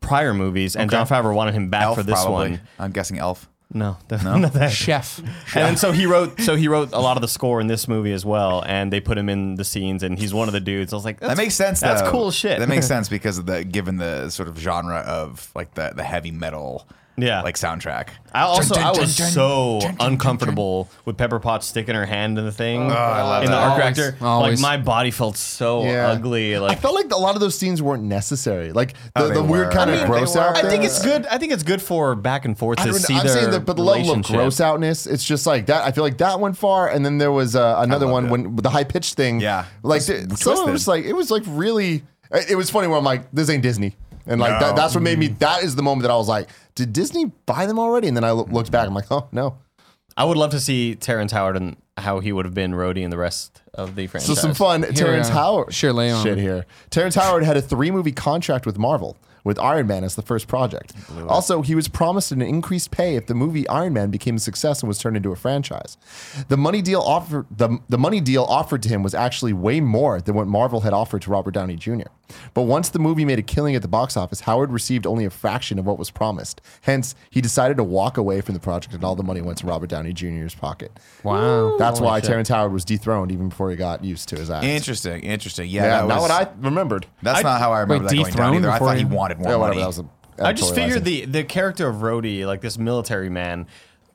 [SPEAKER 4] prior movies, and John Favreau wanted him back
[SPEAKER 2] Elf,
[SPEAKER 4] for this
[SPEAKER 2] probably.
[SPEAKER 4] one.
[SPEAKER 2] I'm guessing Elf.
[SPEAKER 4] No, definitely not that.
[SPEAKER 3] Chef.
[SPEAKER 4] And then so he wrote so he wrote a lot of the score in this movie as well, and they put him in the scenes, and he's one of the dudes. I was like,
[SPEAKER 2] That
[SPEAKER 4] that's,
[SPEAKER 2] makes sense.
[SPEAKER 4] That's
[SPEAKER 2] though.
[SPEAKER 4] cool shit.
[SPEAKER 2] That makes sense because of the given the sort of genre of like the the heavy metal,
[SPEAKER 4] Yeah.
[SPEAKER 2] like soundtrack.
[SPEAKER 4] I also
[SPEAKER 2] Dun, dun,
[SPEAKER 4] I was
[SPEAKER 2] dun, dun,
[SPEAKER 4] so
[SPEAKER 2] dun, dun, dun,
[SPEAKER 4] uncomfortable with Pepper Potts sticking her hand in the thing
[SPEAKER 1] Oh,
[SPEAKER 2] love
[SPEAKER 4] in the
[SPEAKER 3] that.
[SPEAKER 4] arc
[SPEAKER 3] Always,
[SPEAKER 4] reactor.
[SPEAKER 3] always.
[SPEAKER 4] Like my body felt so
[SPEAKER 1] Yeah.
[SPEAKER 4] ugly.
[SPEAKER 1] I
[SPEAKER 4] Like
[SPEAKER 1] felt like a lot of those scenes weren't necessary. Like the,
[SPEAKER 2] they
[SPEAKER 1] the weird
[SPEAKER 2] were.
[SPEAKER 1] kind
[SPEAKER 2] I
[SPEAKER 1] of
[SPEAKER 2] mean,
[SPEAKER 1] gross
[SPEAKER 2] they were.
[SPEAKER 1] out.
[SPEAKER 4] I think
[SPEAKER 1] there.
[SPEAKER 4] it's good. I think it's good for back and forth
[SPEAKER 1] I
[SPEAKER 4] to
[SPEAKER 1] don't
[SPEAKER 4] see
[SPEAKER 1] know. I'm
[SPEAKER 4] their
[SPEAKER 1] saying that, but the level of
[SPEAKER 4] relationship.
[SPEAKER 1] gross outness, it's just like that. I feel like that went far, and then there was uh, another
[SPEAKER 2] loved
[SPEAKER 1] one
[SPEAKER 2] it.
[SPEAKER 1] when with the high pitched thing.
[SPEAKER 2] Yeah.
[SPEAKER 1] like
[SPEAKER 2] It
[SPEAKER 1] it,
[SPEAKER 2] was
[SPEAKER 1] some of it
[SPEAKER 2] twisted.
[SPEAKER 1] was like it was like really. It it was funny where I'm like, this ain't Disney, and like that,
[SPEAKER 2] No.
[SPEAKER 1] that's what made me. That is the moment that I was like, did Disney buy them already? And then I lo- looked back, I'm like, oh no.
[SPEAKER 4] I would love to see Terrence Howard and how he would have been Rhodey and the rest of the
[SPEAKER 1] So
[SPEAKER 4] franchise.
[SPEAKER 1] some fun. Terrence
[SPEAKER 3] are.
[SPEAKER 1] Howard.
[SPEAKER 3] Sure, lay on.
[SPEAKER 1] Shit here. Terrence Howard had a three movie contract with Marvel, with Iron Man as the first project. Also, he was promised an increased pay if the movie Iron Man became a success and was turned into a franchise. The money deal offered the, the money deal offered to him was actually way more than what Marvel had offered to Robert Downey Jr. But once the movie made a killing at the box office, Howard received only a fraction of what was promised. Hence, he decided to walk away from the project and all the money went to Robert Downey Jr.'s pocket.
[SPEAKER 3] Wow.
[SPEAKER 1] That's why Terrence Howard was dethroned even before he got used to his act.
[SPEAKER 2] Interesting, interesting. Yeah,
[SPEAKER 1] Yeah,
[SPEAKER 2] that
[SPEAKER 1] not
[SPEAKER 2] was-
[SPEAKER 1] what I remembered.
[SPEAKER 2] That's not how I remember
[SPEAKER 3] Wait,
[SPEAKER 2] that going down
[SPEAKER 3] dethroned
[SPEAKER 2] either. I
[SPEAKER 3] before
[SPEAKER 2] thought he
[SPEAKER 3] you-
[SPEAKER 2] wanted more
[SPEAKER 1] Yeah,
[SPEAKER 2] money.
[SPEAKER 1] whatever. That was a Oh,
[SPEAKER 4] I just
[SPEAKER 1] editorializing.
[SPEAKER 4] figured the the character of Rhodey, like this military man,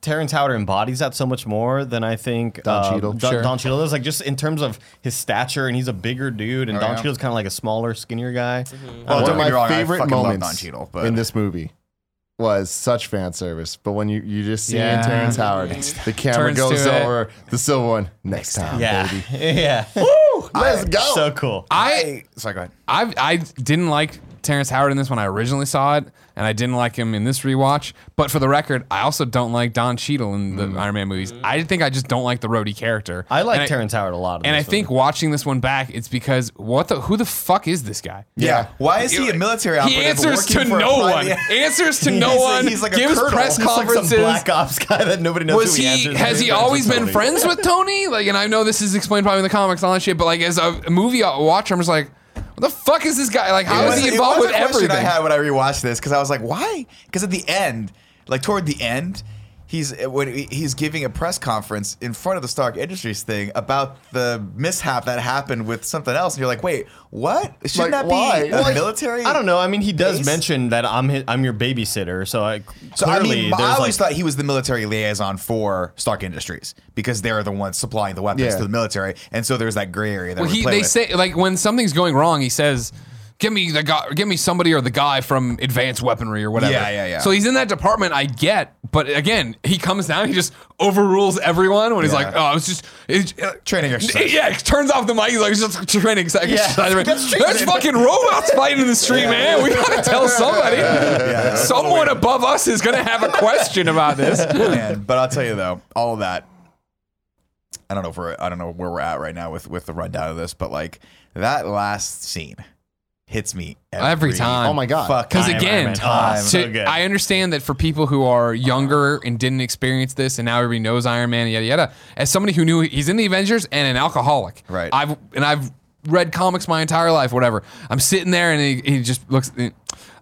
[SPEAKER 4] Terrence Howard embodies that so much more than I think
[SPEAKER 1] Don
[SPEAKER 4] uh,
[SPEAKER 1] Cheadle.
[SPEAKER 4] Don,
[SPEAKER 3] Sure.
[SPEAKER 4] Don Cheadle is like just in terms of his stature, and he's a bigger dude,
[SPEAKER 3] Oh,
[SPEAKER 4] and Don
[SPEAKER 2] yeah.
[SPEAKER 4] Cheadle's kind of like a smaller, skinnier guy.
[SPEAKER 2] Well,
[SPEAKER 1] one
[SPEAKER 2] don't
[SPEAKER 1] of
[SPEAKER 2] get
[SPEAKER 1] my
[SPEAKER 2] me wrong, I
[SPEAKER 1] favorite
[SPEAKER 2] fucking love
[SPEAKER 1] moments
[SPEAKER 2] Don Cheadle, but-
[SPEAKER 1] in this movie was such fan service. But when you you just see
[SPEAKER 4] Yeah.
[SPEAKER 1] Terrence Howard, the camera
[SPEAKER 3] Turns
[SPEAKER 1] goes
[SPEAKER 3] to it.
[SPEAKER 1] over the silver one next time,
[SPEAKER 4] Yeah,
[SPEAKER 1] baby.
[SPEAKER 4] Oh, yeah,
[SPEAKER 1] Let's go.
[SPEAKER 4] so cool.
[SPEAKER 3] I
[SPEAKER 2] I, sorry, go ahead.
[SPEAKER 3] I I didn't like Terrence Howard in this when I originally saw it, and I didn't like him in this rewatch. But for the record, I also don't like Don Cheadle in the Iron Man movies. I think I just don't like the Rhodey character.
[SPEAKER 4] I like
[SPEAKER 3] And
[SPEAKER 4] Terrence Howard a lot, in
[SPEAKER 3] and I
[SPEAKER 4] this
[SPEAKER 3] think watching this one back, it's because what the who the fuck is this guy?
[SPEAKER 1] Yeah.
[SPEAKER 2] Why is he a military operative?
[SPEAKER 3] He answers to
[SPEAKER 2] working for a
[SPEAKER 3] no one.
[SPEAKER 2] private-
[SPEAKER 3] Answers to no
[SPEAKER 2] He's a-
[SPEAKER 3] one.
[SPEAKER 2] he's like a
[SPEAKER 3] gives
[SPEAKER 2] colonel.
[SPEAKER 3] press
[SPEAKER 2] He's like
[SPEAKER 4] movie.
[SPEAKER 3] conferences.
[SPEAKER 4] some black ops guy that nobody knows.
[SPEAKER 3] was
[SPEAKER 4] who
[SPEAKER 3] he,
[SPEAKER 4] he, answers
[SPEAKER 3] has
[SPEAKER 4] to.
[SPEAKER 3] he always been
[SPEAKER 4] Totally.
[SPEAKER 3] friends with Tony? Like, and I know this is explained probably in the comics and all that shit, but like as a movie watcher, I'm just like, what the fuck is this guy? Like, how
[SPEAKER 2] It
[SPEAKER 3] is
[SPEAKER 2] was-
[SPEAKER 3] he
[SPEAKER 2] it
[SPEAKER 3] involved
[SPEAKER 2] was
[SPEAKER 3] with
[SPEAKER 2] a question
[SPEAKER 3] everything?
[SPEAKER 2] I had when I rewatched this because I was like, why? Because at the end, like toward the end, he's eh, when he- he's giving a press conference in front of the Stark Industries thing about the mishap that happened with something else, and you're like, wait, what?
[SPEAKER 1] Like,
[SPEAKER 2] Shouldn't that
[SPEAKER 1] why?
[SPEAKER 2] be a
[SPEAKER 1] Like,
[SPEAKER 2] military?
[SPEAKER 4] I don't know. I mean, he does
[SPEAKER 2] Ace?
[SPEAKER 4] mention that I'm his, I'm your babysitter, so I
[SPEAKER 2] So
[SPEAKER 4] clearly
[SPEAKER 2] I mean,
[SPEAKER 4] there's
[SPEAKER 2] I always
[SPEAKER 4] like,
[SPEAKER 2] thought he was the military liaison for Stark Industries because they're the ones supplying the weapons
[SPEAKER 1] Yeah.
[SPEAKER 2] to the military, and so there's that gray area that
[SPEAKER 3] Well,
[SPEAKER 2] we
[SPEAKER 3] he,
[SPEAKER 2] play
[SPEAKER 3] they
[SPEAKER 2] with.
[SPEAKER 3] say like when something's going wrong, he says, give me the guy, give me somebody or the guy from Advanced Weaponry or whatever.
[SPEAKER 2] Yeah, yeah, yeah.
[SPEAKER 3] So he's in that department. I get, but again, he comes down, he just overrules everyone when he's
[SPEAKER 2] Yeah.
[SPEAKER 3] like, oh, it's just it's, uh,
[SPEAKER 2] Training exercise.
[SPEAKER 3] Yeah, he turns off the mic. He's like, it's just training exercise.
[SPEAKER 2] That's true.
[SPEAKER 3] There's fucking robots fighting in the street, man. We gotta tell somebody. Someone above us is gonna have a question about this.
[SPEAKER 2] Man, but I'll tell you though, all of that. I don't know if we're I don't know where we're at right now with with the rundown of this, but like that last scene hits me every,
[SPEAKER 3] Every time.
[SPEAKER 1] Oh my god.
[SPEAKER 2] Fuck,
[SPEAKER 3] Because
[SPEAKER 4] Time,
[SPEAKER 3] again,
[SPEAKER 4] Iron Man. Ah,
[SPEAKER 3] to-
[SPEAKER 4] so good.
[SPEAKER 3] I understand that for people who are younger and didn't experience this, and now everybody knows Iron Man, yada yada. As somebody who knew he's in the Avengers and an alcoholic,
[SPEAKER 2] Right.
[SPEAKER 3] I've and I've read comics my entire life, whatever. I'm sitting there and he, he just looks.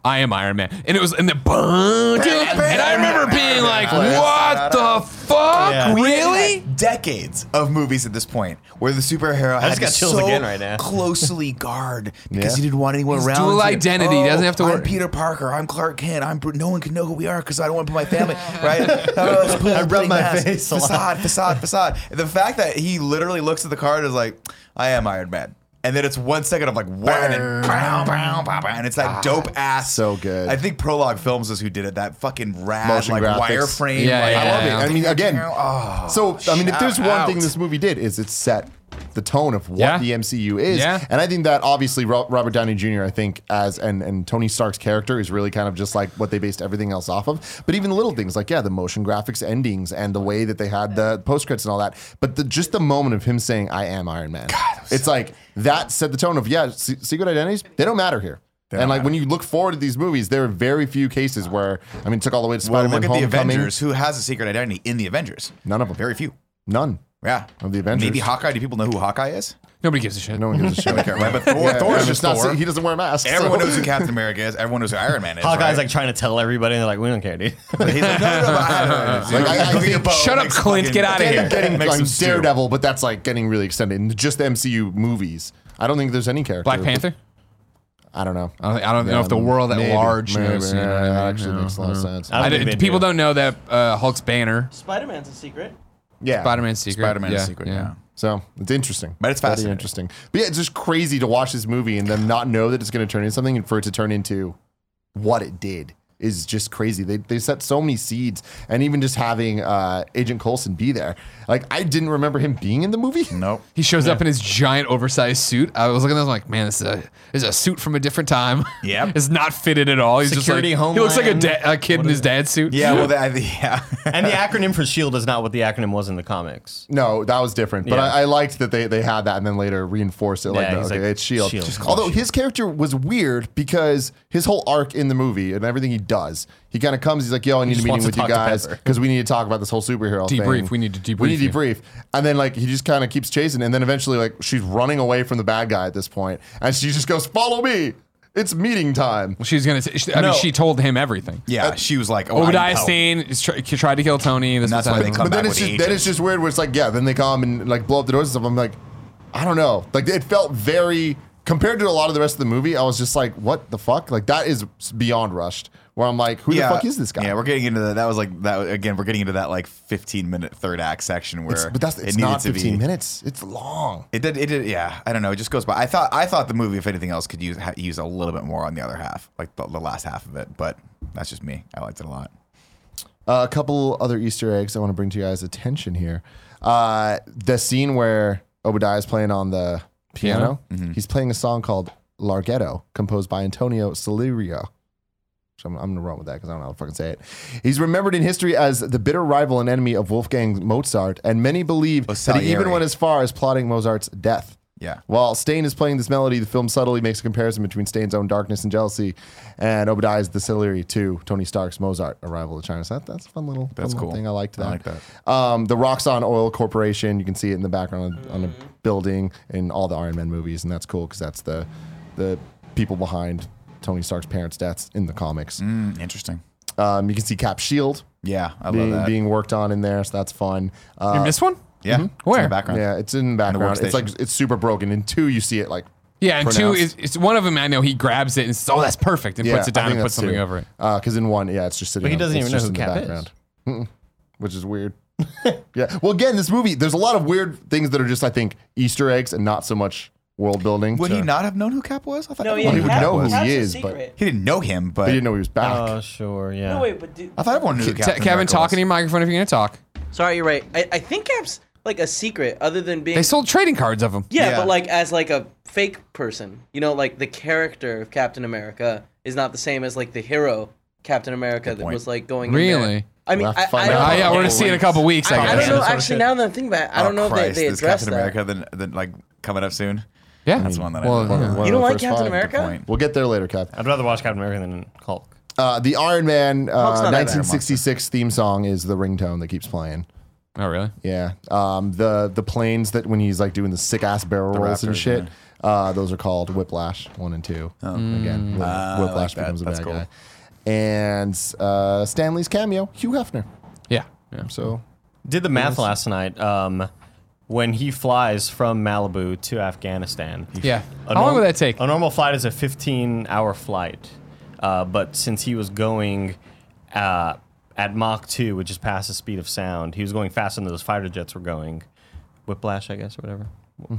[SPEAKER 3] I am Iron Man, and it was in the bunch, and I remember being like, "What the fuck?
[SPEAKER 4] Yeah.
[SPEAKER 3] Really?"
[SPEAKER 2] decades of movies at this point where the superhero
[SPEAKER 4] I
[SPEAKER 2] has
[SPEAKER 4] just
[SPEAKER 2] got
[SPEAKER 4] got chills
[SPEAKER 2] so
[SPEAKER 4] again right now.
[SPEAKER 2] closely guard because
[SPEAKER 1] Yeah.
[SPEAKER 2] he didn't want anyone
[SPEAKER 3] His
[SPEAKER 2] around.
[SPEAKER 3] dual
[SPEAKER 2] him. Oh,
[SPEAKER 3] identity, he doesn't have to
[SPEAKER 2] I'm
[SPEAKER 3] worry.
[SPEAKER 2] Peter Parker. I'm Clark Kent. I'm Bru- no one can know who we are because I don't want to put my family right. Oh, I
[SPEAKER 4] rub my face a lot.
[SPEAKER 2] Facade, facade, facade. And the fact that he literally looks at the card and is like, "I am Iron Man." And then it's one second of like what, and, then, pow, pow, pow, pow, and it's that dope ass.
[SPEAKER 1] so good.
[SPEAKER 2] I think Prologue Films is who did it. That fucking rad
[SPEAKER 1] Motion
[SPEAKER 2] like
[SPEAKER 1] graphics.
[SPEAKER 2] wireframe.
[SPEAKER 3] Yeah,
[SPEAKER 2] like,
[SPEAKER 3] yeah,
[SPEAKER 1] I love
[SPEAKER 3] yeah.
[SPEAKER 1] it. I mean, again,
[SPEAKER 2] Oh,
[SPEAKER 1] so I mean, if there's
[SPEAKER 2] shout
[SPEAKER 1] one thing
[SPEAKER 2] out.
[SPEAKER 1] this movie did is it set the tone of what
[SPEAKER 3] Yeah.
[SPEAKER 1] the MCU is,
[SPEAKER 3] Yeah.
[SPEAKER 1] and I think that obviously Ro- Robert Downey Jr. I think as and and Tony Stark's character is really kind of just like what they based everything else off of. But even little things like yeah, the motion graphics endings and the way that they had the post credits and all that. But the, just the moment of him saying "I am Iron Man," it's like that set the tone of yeah, se- secret identities they don't matter here. and like when you look forward to these movies, there are very few cases where I mean, it took all the way to
[SPEAKER 2] Well,
[SPEAKER 1] Spider-Man:
[SPEAKER 2] look at the
[SPEAKER 1] Homecoming.
[SPEAKER 2] Avengers. Who has a secret identity in the Avengers?
[SPEAKER 1] None of them.
[SPEAKER 2] Very few.
[SPEAKER 1] None.
[SPEAKER 2] Yeah.
[SPEAKER 1] Of the Avengers.
[SPEAKER 2] Maybe Hawkeye. Do people know who Hawkeye is?
[SPEAKER 3] Nobody gives a shit.
[SPEAKER 1] No one gives a shit.
[SPEAKER 2] I don't care. Right? But Thor, Thor is
[SPEAKER 1] It's
[SPEAKER 2] just
[SPEAKER 1] not-
[SPEAKER 2] Thor.
[SPEAKER 1] He doesn't wear a mask.
[SPEAKER 2] Everyone
[SPEAKER 1] so-
[SPEAKER 2] knows who Captain America is. Everyone knows who Iron Man is.
[SPEAKER 4] Hawkeye's
[SPEAKER 2] right?
[SPEAKER 4] like trying to tell everybody, and they're like, "We don't care, dude."
[SPEAKER 2] But he's like, no, no, no, but I don't know.
[SPEAKER 1] Like, I- I
[SPEAKER 2] Go get
[SPEAKER 1] think-
[SPEAKER 2] a bow,
[SPEAKER 3] Shut up,
[SPEAKER 2] make some
[SPEAKER 3] Clint.
[SPEAKER 2] fucking-
[SPEAKER 3] Get outta here.
[SPEAKER 1] getting
[SPEAKER 2] Make
[SPEAKER 1] like
[SPEAKER 2] some stew.
[SPEAKER 1] Daredevil, but that's like getting really extended. In just MCU movies. I don't think there's any character.
[SPEAKER 3] Black Panther.
[SPEAKER 1] I don't know.
[SPEAKER 3] I don't, I don't know if the
[SPEAKER 1] Yeah,
[SPEAKER 3] world at
[SPEAKER 1] maybe,
[SPEAKER 3] large
[SPEAKER 1] maybe,
[SPEAKER 3] knows. you know
[SPEAKER 1] yeah,
[SPEAKER 3] what I mean?
[SPEAKER 1] that actually
[SPEAKER 3] No.
[SPEAKER 1] makes a lot of sense.
[SPEAKER 4] I
[SPEAKER 3] I
[SPEAKER 4] don't
[SPEAKER 3] don't-
[SPEAKER 4] think they
[SPEAKER 3] people
[SPEAKER 4] do.
[SPEAKER 3] don't know that uh, Hulk's banner
[SPEAKER 5] Spider Man's a secret.
[SPEAKER 1] yeah.
[SPEAKER 3] Spider Man's secret.
[SPEAKER 2] Spider-Man is
[SPEAKER 3] Yeah,
[SPEAKER 2] secret.
[SPEAKER 3] yeah.
[SPEAKER 2] Yeah.
[SPEAKER 1] So it's interesting.
[SPEAKER 2] But it's
[SPEAKER 1] Very
[SPEAKER 2] fascinating.
[SPEAKER 1] interesting. But yeah, it's just crazy to watch this movie and then not know that it's going to turn into something and for it to turn into what it did is just crazy. They, they set so many seeds and even just having uh, Agent Coulson be there. Like, I didn't remember him being in the movie.
[SPEAKER 2] Nope.
[SPEAKER 3] He shows up in his giant oversized suit. I was looking at this, I'm like, man, this is a, this is a suit from a different time.
[SPEAKER 2] Yep.
[SPEAKER 3] it's not fitted at all. He's
[SPEAKER 4] Security
[SPEAKER 3] just like, he looks like a,
[SPEAKER 4] Homeland.
[SPEAKER 3] da- a kid in his dad's suit.
[SPEAKER 2] Yeah. Well, that, yeah.
[SPEAKER 4] and the acronym for Shield E is not what the acronym was in the comics.
[SPEAKER 1] No, that was different. But
[SPEAKER 4] Yeah.
[SPEAKER 1] I, I liked that they, they had that and then later reinforced it like,
[SPEAKER 4] Yeah,
[SPEAKER 1] that.
[SPEAKER 4] he's
[SPEAKER 1] okay,
[SPEAKER 4] like,
[SPEAKER 1] it's Shield.
[SPEAKER 4] Shield. Just call it
[SPEAKER 1] E
[SPEAKER 3] E
[SPEAKER 1] Although his character was weird because his whole arc in the movie and everything he does, he kind of comes. He's like, "Yo, I need a
[SPEAKER 4] just
[SPEAKER 1] meeting
[SPEAKER 4] wants to
[SPEAKER 1] with you
[SPEAKER 4] talk to
[SPEAKER 1] guys
[SPEAKER 4] Pepper.
[SPEAKER 1] because we need to talk about this whole superhero
[SPEAKER 3] Debrief.
[SPEAKER 1] thing."
[SPEAKER 3] We need to
[SPEAKER 1] We need to
[SPEAKER 3] debrief
[SPEAKER 1] debrief. And then like he just kind of keeps chasing, and then eventually like she's running away from the bad guy at this point, and she just goes, "Follow me." It's meeting time.
[SPEAKER 3] She's gonna. Say, she, I
[SPEAKER 4] No.
[SPEAKER 3] mean, she told him everything.
[SPEAKER 1] Uh,
[SPEAKER 2] Yeah. She was like, oh, I
[SPEAKER 3] Obadiah
[SPEAKER 2] know.
[SPEAKER 3] Stane is tr- tried to kill Tony. This
[SPEAKER 2] And that's
[SPEAKER 3] was
[SPEAKER 2] why they
[SPEAKER 3] happening.
[SPEAKER 2] come
[SPEAKER 1] But then
[SPEAKER 2] back
[SPEAKER 1] it's
[SPEAKER 2] with
[SPEAKER 1] just then it's just weird where it's like, yeah, then they come and like blow up the doors and stuff. I'm like, I don't know. Like it felt very compared to a lot of the rest of the movie. I was just like, what the fuck? Like that is beyond rushed. Where I'm like, who the fuck is this guy?
[SPEAKER 2] Yeah, we're getting into that. That was like that again. We're getting into that like 15 minute third act section where
[SPEAKER 1] It's- but that's
[SPEAKER 2] it
[SPEAKER 1] it's
[SPEAKER 2] needed
[SPEAKER 1] not
[SPEAKER 2] to
[SPEAKER 1] 15
[SPEAKER 2] be-
[SPEAKER 1] minutes. It's long.
[SPEAKER 2] It did. It did. Yeah, I don't know. It just goes by. I thought. I thought the movie, if anything else, could use ha- use a little bit more on the other half, like the, the last half of it. But that's just me. I liked it a lot.
[SPEAKER 1] Uh, a couple other Easter eggs I want to bring to you guys' attention here. Uh, the scene where Obadiah is playing on the piano, he's playing a song called Larghetto, composed by Antonio Salieri. So I'm, I'm gonna run with that because I don't know how to fucking say it. He's remembered in history as the bitter rival and enemy of Wolfgang Mozart, and many believe
[SPEAKER 2] Oh,
[SPEAKER 1] that he even
[SPEAKER 2] Salieri.
[SPEAKER 1] went as far as plotting Mozart's death.
[SPEAKER 2] Yeah.
[SPEAKER 1] While Stain is playing this melody, the film subtly makes a comparison between Stain's own darkness and jealousy, and Obadiah's the Salieri to Tony Stark's Mozart arrival to China. So that, that's a fun little,
[SPEAKER 2] That's
[SPEAKER 1] fun little
[SPEAKER 2] cool.
[SPEAKER 1] thing. I liked
[SPEAKER 2] I
[SPEAKER 1] that.
[SPEAKER 2] like
[SPEAKER 1] that. Um, the Roxxon Oil Corporation, you can see it in the background on, on a building in all the Iron Man movies, and that's cool because that's the the people behind Tony Stark's parents' deaths in the comics.
[SPEAKER 2] Mm, interesting.
[SPEAKER 1] Um, you can see Cap Shield
[SPEAKER 2] Yeah, I love
[SPEAKER 1] being,
[SPEAKER 2] that.
[SPEAKER 1] being worked on in there, so that's fun. Uh,
[SPEAKER 3] You missed one.
[SPEAKER 2] yeah, it's in
[SPEAKER 3] Where?
[SPEAKER 2] the background?
[SPEAKER 1] yeah, it's in the background. it's like
[SPEAKER 2] workstation.
[SPEAKER 1] it's super broken. In two, you see it like
[SPEAKER 3] Yeah, and two
[SPEAKER 1] Pronounced.
[SPEAKER 3] is it's one of them. I know he grabs it and says, "Oh, that's perfect," and puts it
[SPEAKER 1] I
[SPEAKER 3] down
[SPEAKER 1] think
[SPEAKER 3] and
[SPEAKER 1] that's
[SPEAKER 3] puts something
[SPEAKER 1] two.
[SPEAKER 3] over it.
[SPEAKER 1] Uh, because in one, yeah, it's just sitting.
[SPEAKER 4] But he
[SPEAKER 1] on-
[SPEAKER 4] doesn't
[SPEAKER 1] it's
[SPEAKER 4] even know
[SPEAKER 1] just
[SPEAKER 4] who
[SPEAKER 1] in the
[SPEAKER 4] Cap is.
[SPEAKER 1] background. Mm-mm. which is weird. yeah. Well, again, this movie, there's a lot of weird things that are just, I think, Easter eggs and not so much world building.
[SPEAKER 2] Would he
[SPEAKER 1] Sure.
[SPEAKER 2] not have known who Cap was? I thought
[SPEAKER 5] No,
[SPEAKER 2] everyone
[SPEAKER 1] he
[SPEAKER 2] knew
[SPEAKER 1] would
[SPEAKER 2] Cap
[SPEAKER 1] know who
[SPEAKER 2] was.
[SPEAKER 1] he
[SPEAKER 5] Cap's a
[SPEAKER 1] is, but-
[SPEAKER 5] secret.
[SPEAKER 2] He didn't know him, but
[SPEAKER 1] He didn't know he was back.
[SPEAKER 4] Oh, sure, yeah.
[SPEAKER 5] No, wait, but do,
[SPEAKER 2] I thought everyone knew who
[SPEAKER 3] Ke-
[SPEAKER 2] Captain
[SPEAKER 3] Kevin,
[SPEAKER 2] America
[SPEAKER 3] talk
[SPEAKER 2] was.
[SPEAKER 3] into your microphone if you're gonna talk.
[SPEAKER 5] sorry, you're right. I, I think Cap's like a secret, other than being
[SPEAKER 3] They sold trading cards of him.
[SPEAKER 5] yeah,
[SPEAKER 2] Yeah.
[SPEAKER 5] but like as like a fake person. You know, like the character of Captain America is not the same as like the hero Captain America that
[SPEAKER 2] point.
[SPEAKER 5] was like going. In
[SPEAKER 3] Really?
[SPEAKER 5] there. I mean,
[SPEAKER 1] We'll have to
[SPEAKER 5] I, I
[SPEAKER 1] find
[SPEAKER 5] don't
[SPEAKER 1] out.
[SPEAKER 3] Oh,
[SPEAKER 5] know.
[SPEAKER 3] yeah, we're gonna
[SPEAKER 1] Oh,
[SPEAKER 3] see it in a
[SPEAKER 1] wait.
[SPEAKER 3] couple weeks. I
[SPEAKER 5] I
[SPEAKER 3] guess.
[SPEAKER 5] don't
[SPEAKER 4] some
[SPEAKER 5] know.
[SPEAKER 4] sort of
[SPEAKER 5] Actually,
[SPEAKER 4] shit.
[SPEAKER 5] now that I'm thinking about it, I don't know
[SPEAKER 2] oh,
[SPEAKER 5] if
[SPEAKER 2] Christ,
[SPEAKER 5] they, they
[SPEAKER 2] is
[SPEAKER 5] addressed
[SPEAKER 2] Captain
[SPEAKER 5] that.
[SPEAKER 2] America then, then like coming up soon.
[SPEAKER 3] Yeah,
[SPEAKER 2] That's one that I
[SPEAKER 3] Well,
[SPEAKER 2] don't know.
[SPEAKER 1] One
[SPEAKER 3] yeah.
[SPEAKER 5] You
[SPEAKER 1] of
[SPEAKER 5] don't
[SPEAKER 1] the
[SPEAKER 5] like
[SPEAKER 1] first
[SPEAKER 5] Captain
[SPEAKER 1] five.
[SPEAKER 5] America?
[SPEAKER 2] Point.
[SPEAKER 1] We'll get there later, Cap.
[SPEAKER 4] I'd rather watch Captain America than Hulk.
[SPEAKER 1] Uh, the Iron Man uh,
[SPEAKER 5] not that bad.
[SPEAKER 1] 1966 theme song is the ringtone that keeps playing.
[SPEAKER 3] Oh, really?
[SPEAKER 1] Yeah. Um, the the planes that when he's like doing the sick ass barrel rolls and
[SPEAKER 2] Raptors, Oh.
[SPEAKER 1] shit, uh, those are called Whiplash one and two.
[SPEAKER 2] Mm.
[SPEAKER 1] Again, when Whiplash
[SPEAKER 2] Ah, that.
[SPEAKER 1] becomes a
[SPEAKER 2] That's
[SPEAKER 1] bad
[SPEAKER 2] cool.
[SPEAKER 1] guy. And uh, Stanley's cameo, Hugh Hefner.
[SPEAKER 3] Yeah. yeah.
[SPEAKER 1] So
[SPEAKER 4] Did the math last night. Um, when he flies from Malibu to Afghanistan.
[SPEAKER 3] Yeah.
[SPEAKER 4] A
[SPEAKER 3] How long
[SPEAKER 4] norm-
[SPEAKER 3] would that take?
[SPEAKER 4] A normal flight is a 15 hour flight. Uh, but since he was going uh, at Mach 2, which is past the speed of sound, he was going faster than those fighter jets were going. Whiplash, I guess, or whatever.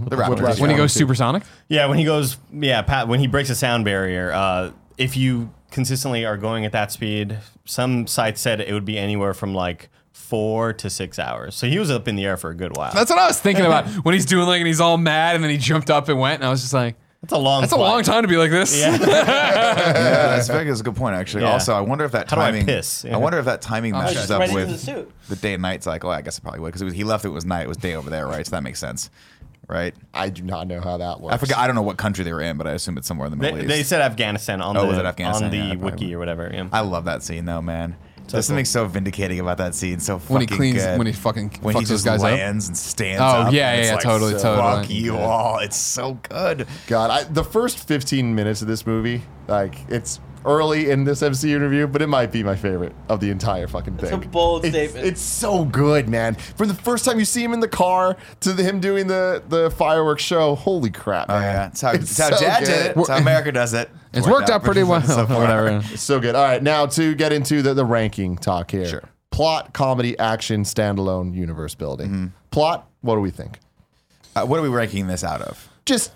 [SPEAKER 2] The Raptors.
[SPEAKER 3] When he goes supersonic?
[SPEAKER 4] Yeah, when he goes, yeah, Pat, when he breaks a sound barrier, uh, if you consistently are going at that speed, some sites said it would be anywhere from like four to six hours. So he was up in the air for a good while.
[SPEAKER 3] That's what I was thinking about when he's doing like, and he's all mad, and then he jumped up and went, and I was just like,
[SPEAKER 4] That's a long.
[SPEAKER 3] that's a
[SPEAKER 4] flight.
[SPEAKER 3] long time to be like this.
[SPEAKER 4] Yeah.
[SPEAKER 2] Yeah, that's, I think that's a good point, actually.
[SPEAKER 4] Uh, Yeah.
[SPEAKER 2] Also, I wonder if that
[SPEAKER 4] do I
[SPEAKER 2] timing.
[SPEAKER 4] piss? Yeah.
[SPEAKER 2] I wonder if that timing matches
[SPEAKER 5] Oh, just
[SPEAKER 2] up
[SPEAKER 5] right into
[SPEAKER 2] with
[SPEAKER 5] the suit.
[SPEAKER 2] the day and night cycle. I guess it probably would because he left it was night. It was day over there, right? So that makes sense, right?
[SPEAKER 1] I do not know how that works.
[SPEAKER 2] I forget. I don't know what country they were in, but I assume it's somewhere in the Middle
[SPEAKER 4] They,
[SPEAKER 2] East.
[SPEAKER 4] they said Afghanistan on
[SPEAKER 2] Oh,
[SPEAKER 4] the
[SPEAKER 2] was it Afghanistan?
[SPEAKER 4] on the
[SPEAKER 2] Yeah, probably.
[SPEAKER 4] wiki or whatever. Yeah.
[SPEAKER 2] I love that scene though, man. There's something so vindicating about that scene. So
[SPEAKER 3] When he
[SPEAKER 2] fucking
[SPEAKER 3] cleans-
[SPEAKER 2] good.
[SPEAKER 3] when he fucking
[SPEAKER 2] when he
[SPEAKER 3] fucks
[SPEAKER 2] just
[SPEAKER 3] those guys up.
[SPEAKER 2] lands and stands.
[SPEAKER 3] Oh,
[SPEAKER 2] up
[SPEAKER 3] yeah,
[SPEAKER 2] and it's
[SPEAKER 3] yeah,
[SPEAKER 2] like,
[SPEAKER 3] totally,
[SPEAKER 2] Fuck
[SPEAKER 3] totally.
[SPEAKER 2] you all. It's so good.
[SPEAKER 1] God, I, the first 15 minutes of this movie, like it's early in this MCU interview, but it might be my favorite of the entire fucking thing.
[SPEAKER 5] a bold
[SPEAKER 1] It's-
[SPEAKER 5] statement.
[SPEAKER 1] It's so good, man. From the first time you see him in the car to the, him doing the the fireworks show, holy crap,
[SPEAKER 2] Oh
[SPEAKER 1] man.
[SPEAKER 2] yeah, it's how, it's how
[SPEAKER 1] so
[SPEAKER 2] Dad
[SPEAKER 1] good.
[SPEAKER 2] did it. It's how America does it.
[SPEAKER 3] It's worked out pretty well.
[SPEAKER 2] so far.
[SPEAKER 3] whatever.
[SPEAKER 1] It's so good. All right, now to get into the, the ranking talk here.
[SPEAKER 2] Sure.
[SPEAKER 1] Plot, comedy, action, standalone, universe building.
[SPEAKER 2] Mm-hmm.
[SPEAKER 1] Plot, what do we think?
[SPEAKER 2] Uh, what are we ranking this out of?
[SPEAKER 1] Just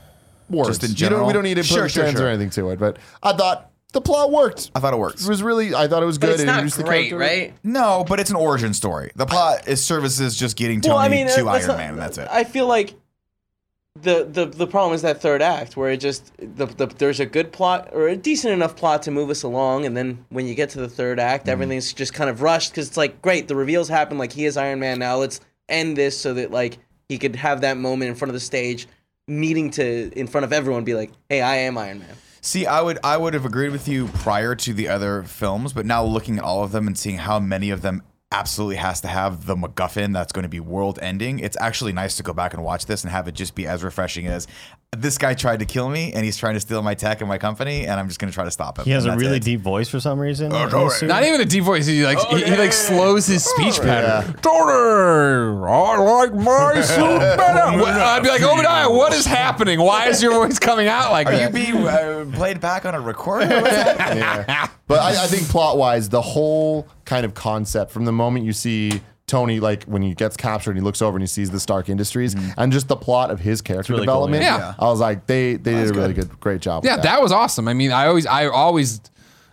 [SPEAKER 1] words.
[SPEAKER 2] Just in
[SPEAKER 1] You don't- we
[SPEAKER 2] general?
[SPEAKER 1] don't need to put
[SPEAKER 2] Sure,
[SPEAKER 1] sure,
[SPEAKER 2] sure,
[SPEAKER 1] or
[SPEAKER 2] sure.
[SPEAKER 1] anything to it, but I thought the plot worked.
[SPEAKER 2] I thought it works.
[SPEAKER 1] It was really, I thought it was
[SPEAKER 5] But
[SPEAKER 1] good.
[SPEAKER 5] it's
[SPEAKER 1] It
[SPEAKER 5] not
[SPEAKER 1] introduced the
[SPEAKER 5] great,
[SPEAKER 1] character.
[SPEAKER 5] right?
[SPEAKER 2] No, but it's an origin story. The plot is services just getting Tony
[SPEAKER 5] that-
[SPEAKER 2] to
[SPEAKER 5] that's
[SPEAKER 2] Iron
[SPEAKER 5] not-
[SPEAKER 2] Man, and that's it.
[SPEAKER 5] I feel like the, the the problem is that third act where it just the, the there's a good plot or a decent enough plot to move us along, and then when you get to the third act, everything's just kind of rushed because it's like great, the reveals happen, like he is Iron Man now. Let's end this so that like he could have that moment in front of the stage, needing to in front of everyone be like, hey, I am Iron Man.
[SPEAKER 2] See, I would I would have agreed with you prior to the other films, but now looking at all of them and seeing how many of them absolutely has to have the MacGuffin that's going to be world ending, it's actually nice to go back and watch this and have it just be as refreshing as this guy tried to kill me and he's trying to steal my tech and my company, and I'm just going to try to stop him.
[SPEAKER 4] he has
[SPEAKER 2] and
[SPEAKER 4] a
[SPEAKER 2] that's
[SPEAKER 4] really
[SPEAKER 2] it.
[SPEAKER 4] deep voice for some reason.
[SPEAKER 2] Oh,
[SPEAKER 4] I'm
[SPEAKER 2] sorry.
[SPEAKER 4] assuming.
[SPEAKER 3] Not e- even a deep voice. He
[SPEAKER 2] Oh,
[SPEAKER 3] like he, he, like slows his speech pattern. Daughter, I like my soup better. Well, I'd be like, Obadiah, what is happening? Why is your voice coming out like
[SPEAKER 2] Are you
[SPEAKER 3] that?
[SPEAKER 2] being uh, played back on a recorder? What's that?
[SPEAKER 1] Yeah. But I, I think plot wise, the whole kind of concept from the moment you see Tony, like when he gets captured and he looks over and he sees the Stark Industries
[SPEAKER 2] Mm-hmm.
[SPEAKER 1] and just the plot of his character
[SPEAKER 4] really cool,
[SPEAKER 1] development,
[SPEAKER 3] yeah. Yeah.
[SPEAKER 1] I was like, they they did a
[SPEAKER 2] good.
[SPEAKER 1] really good, great job.
[SPEAKER 3] yeah,
[SPEAKER 1] with
[SPEAKER 3] that was awesome. I mean, I always, I always,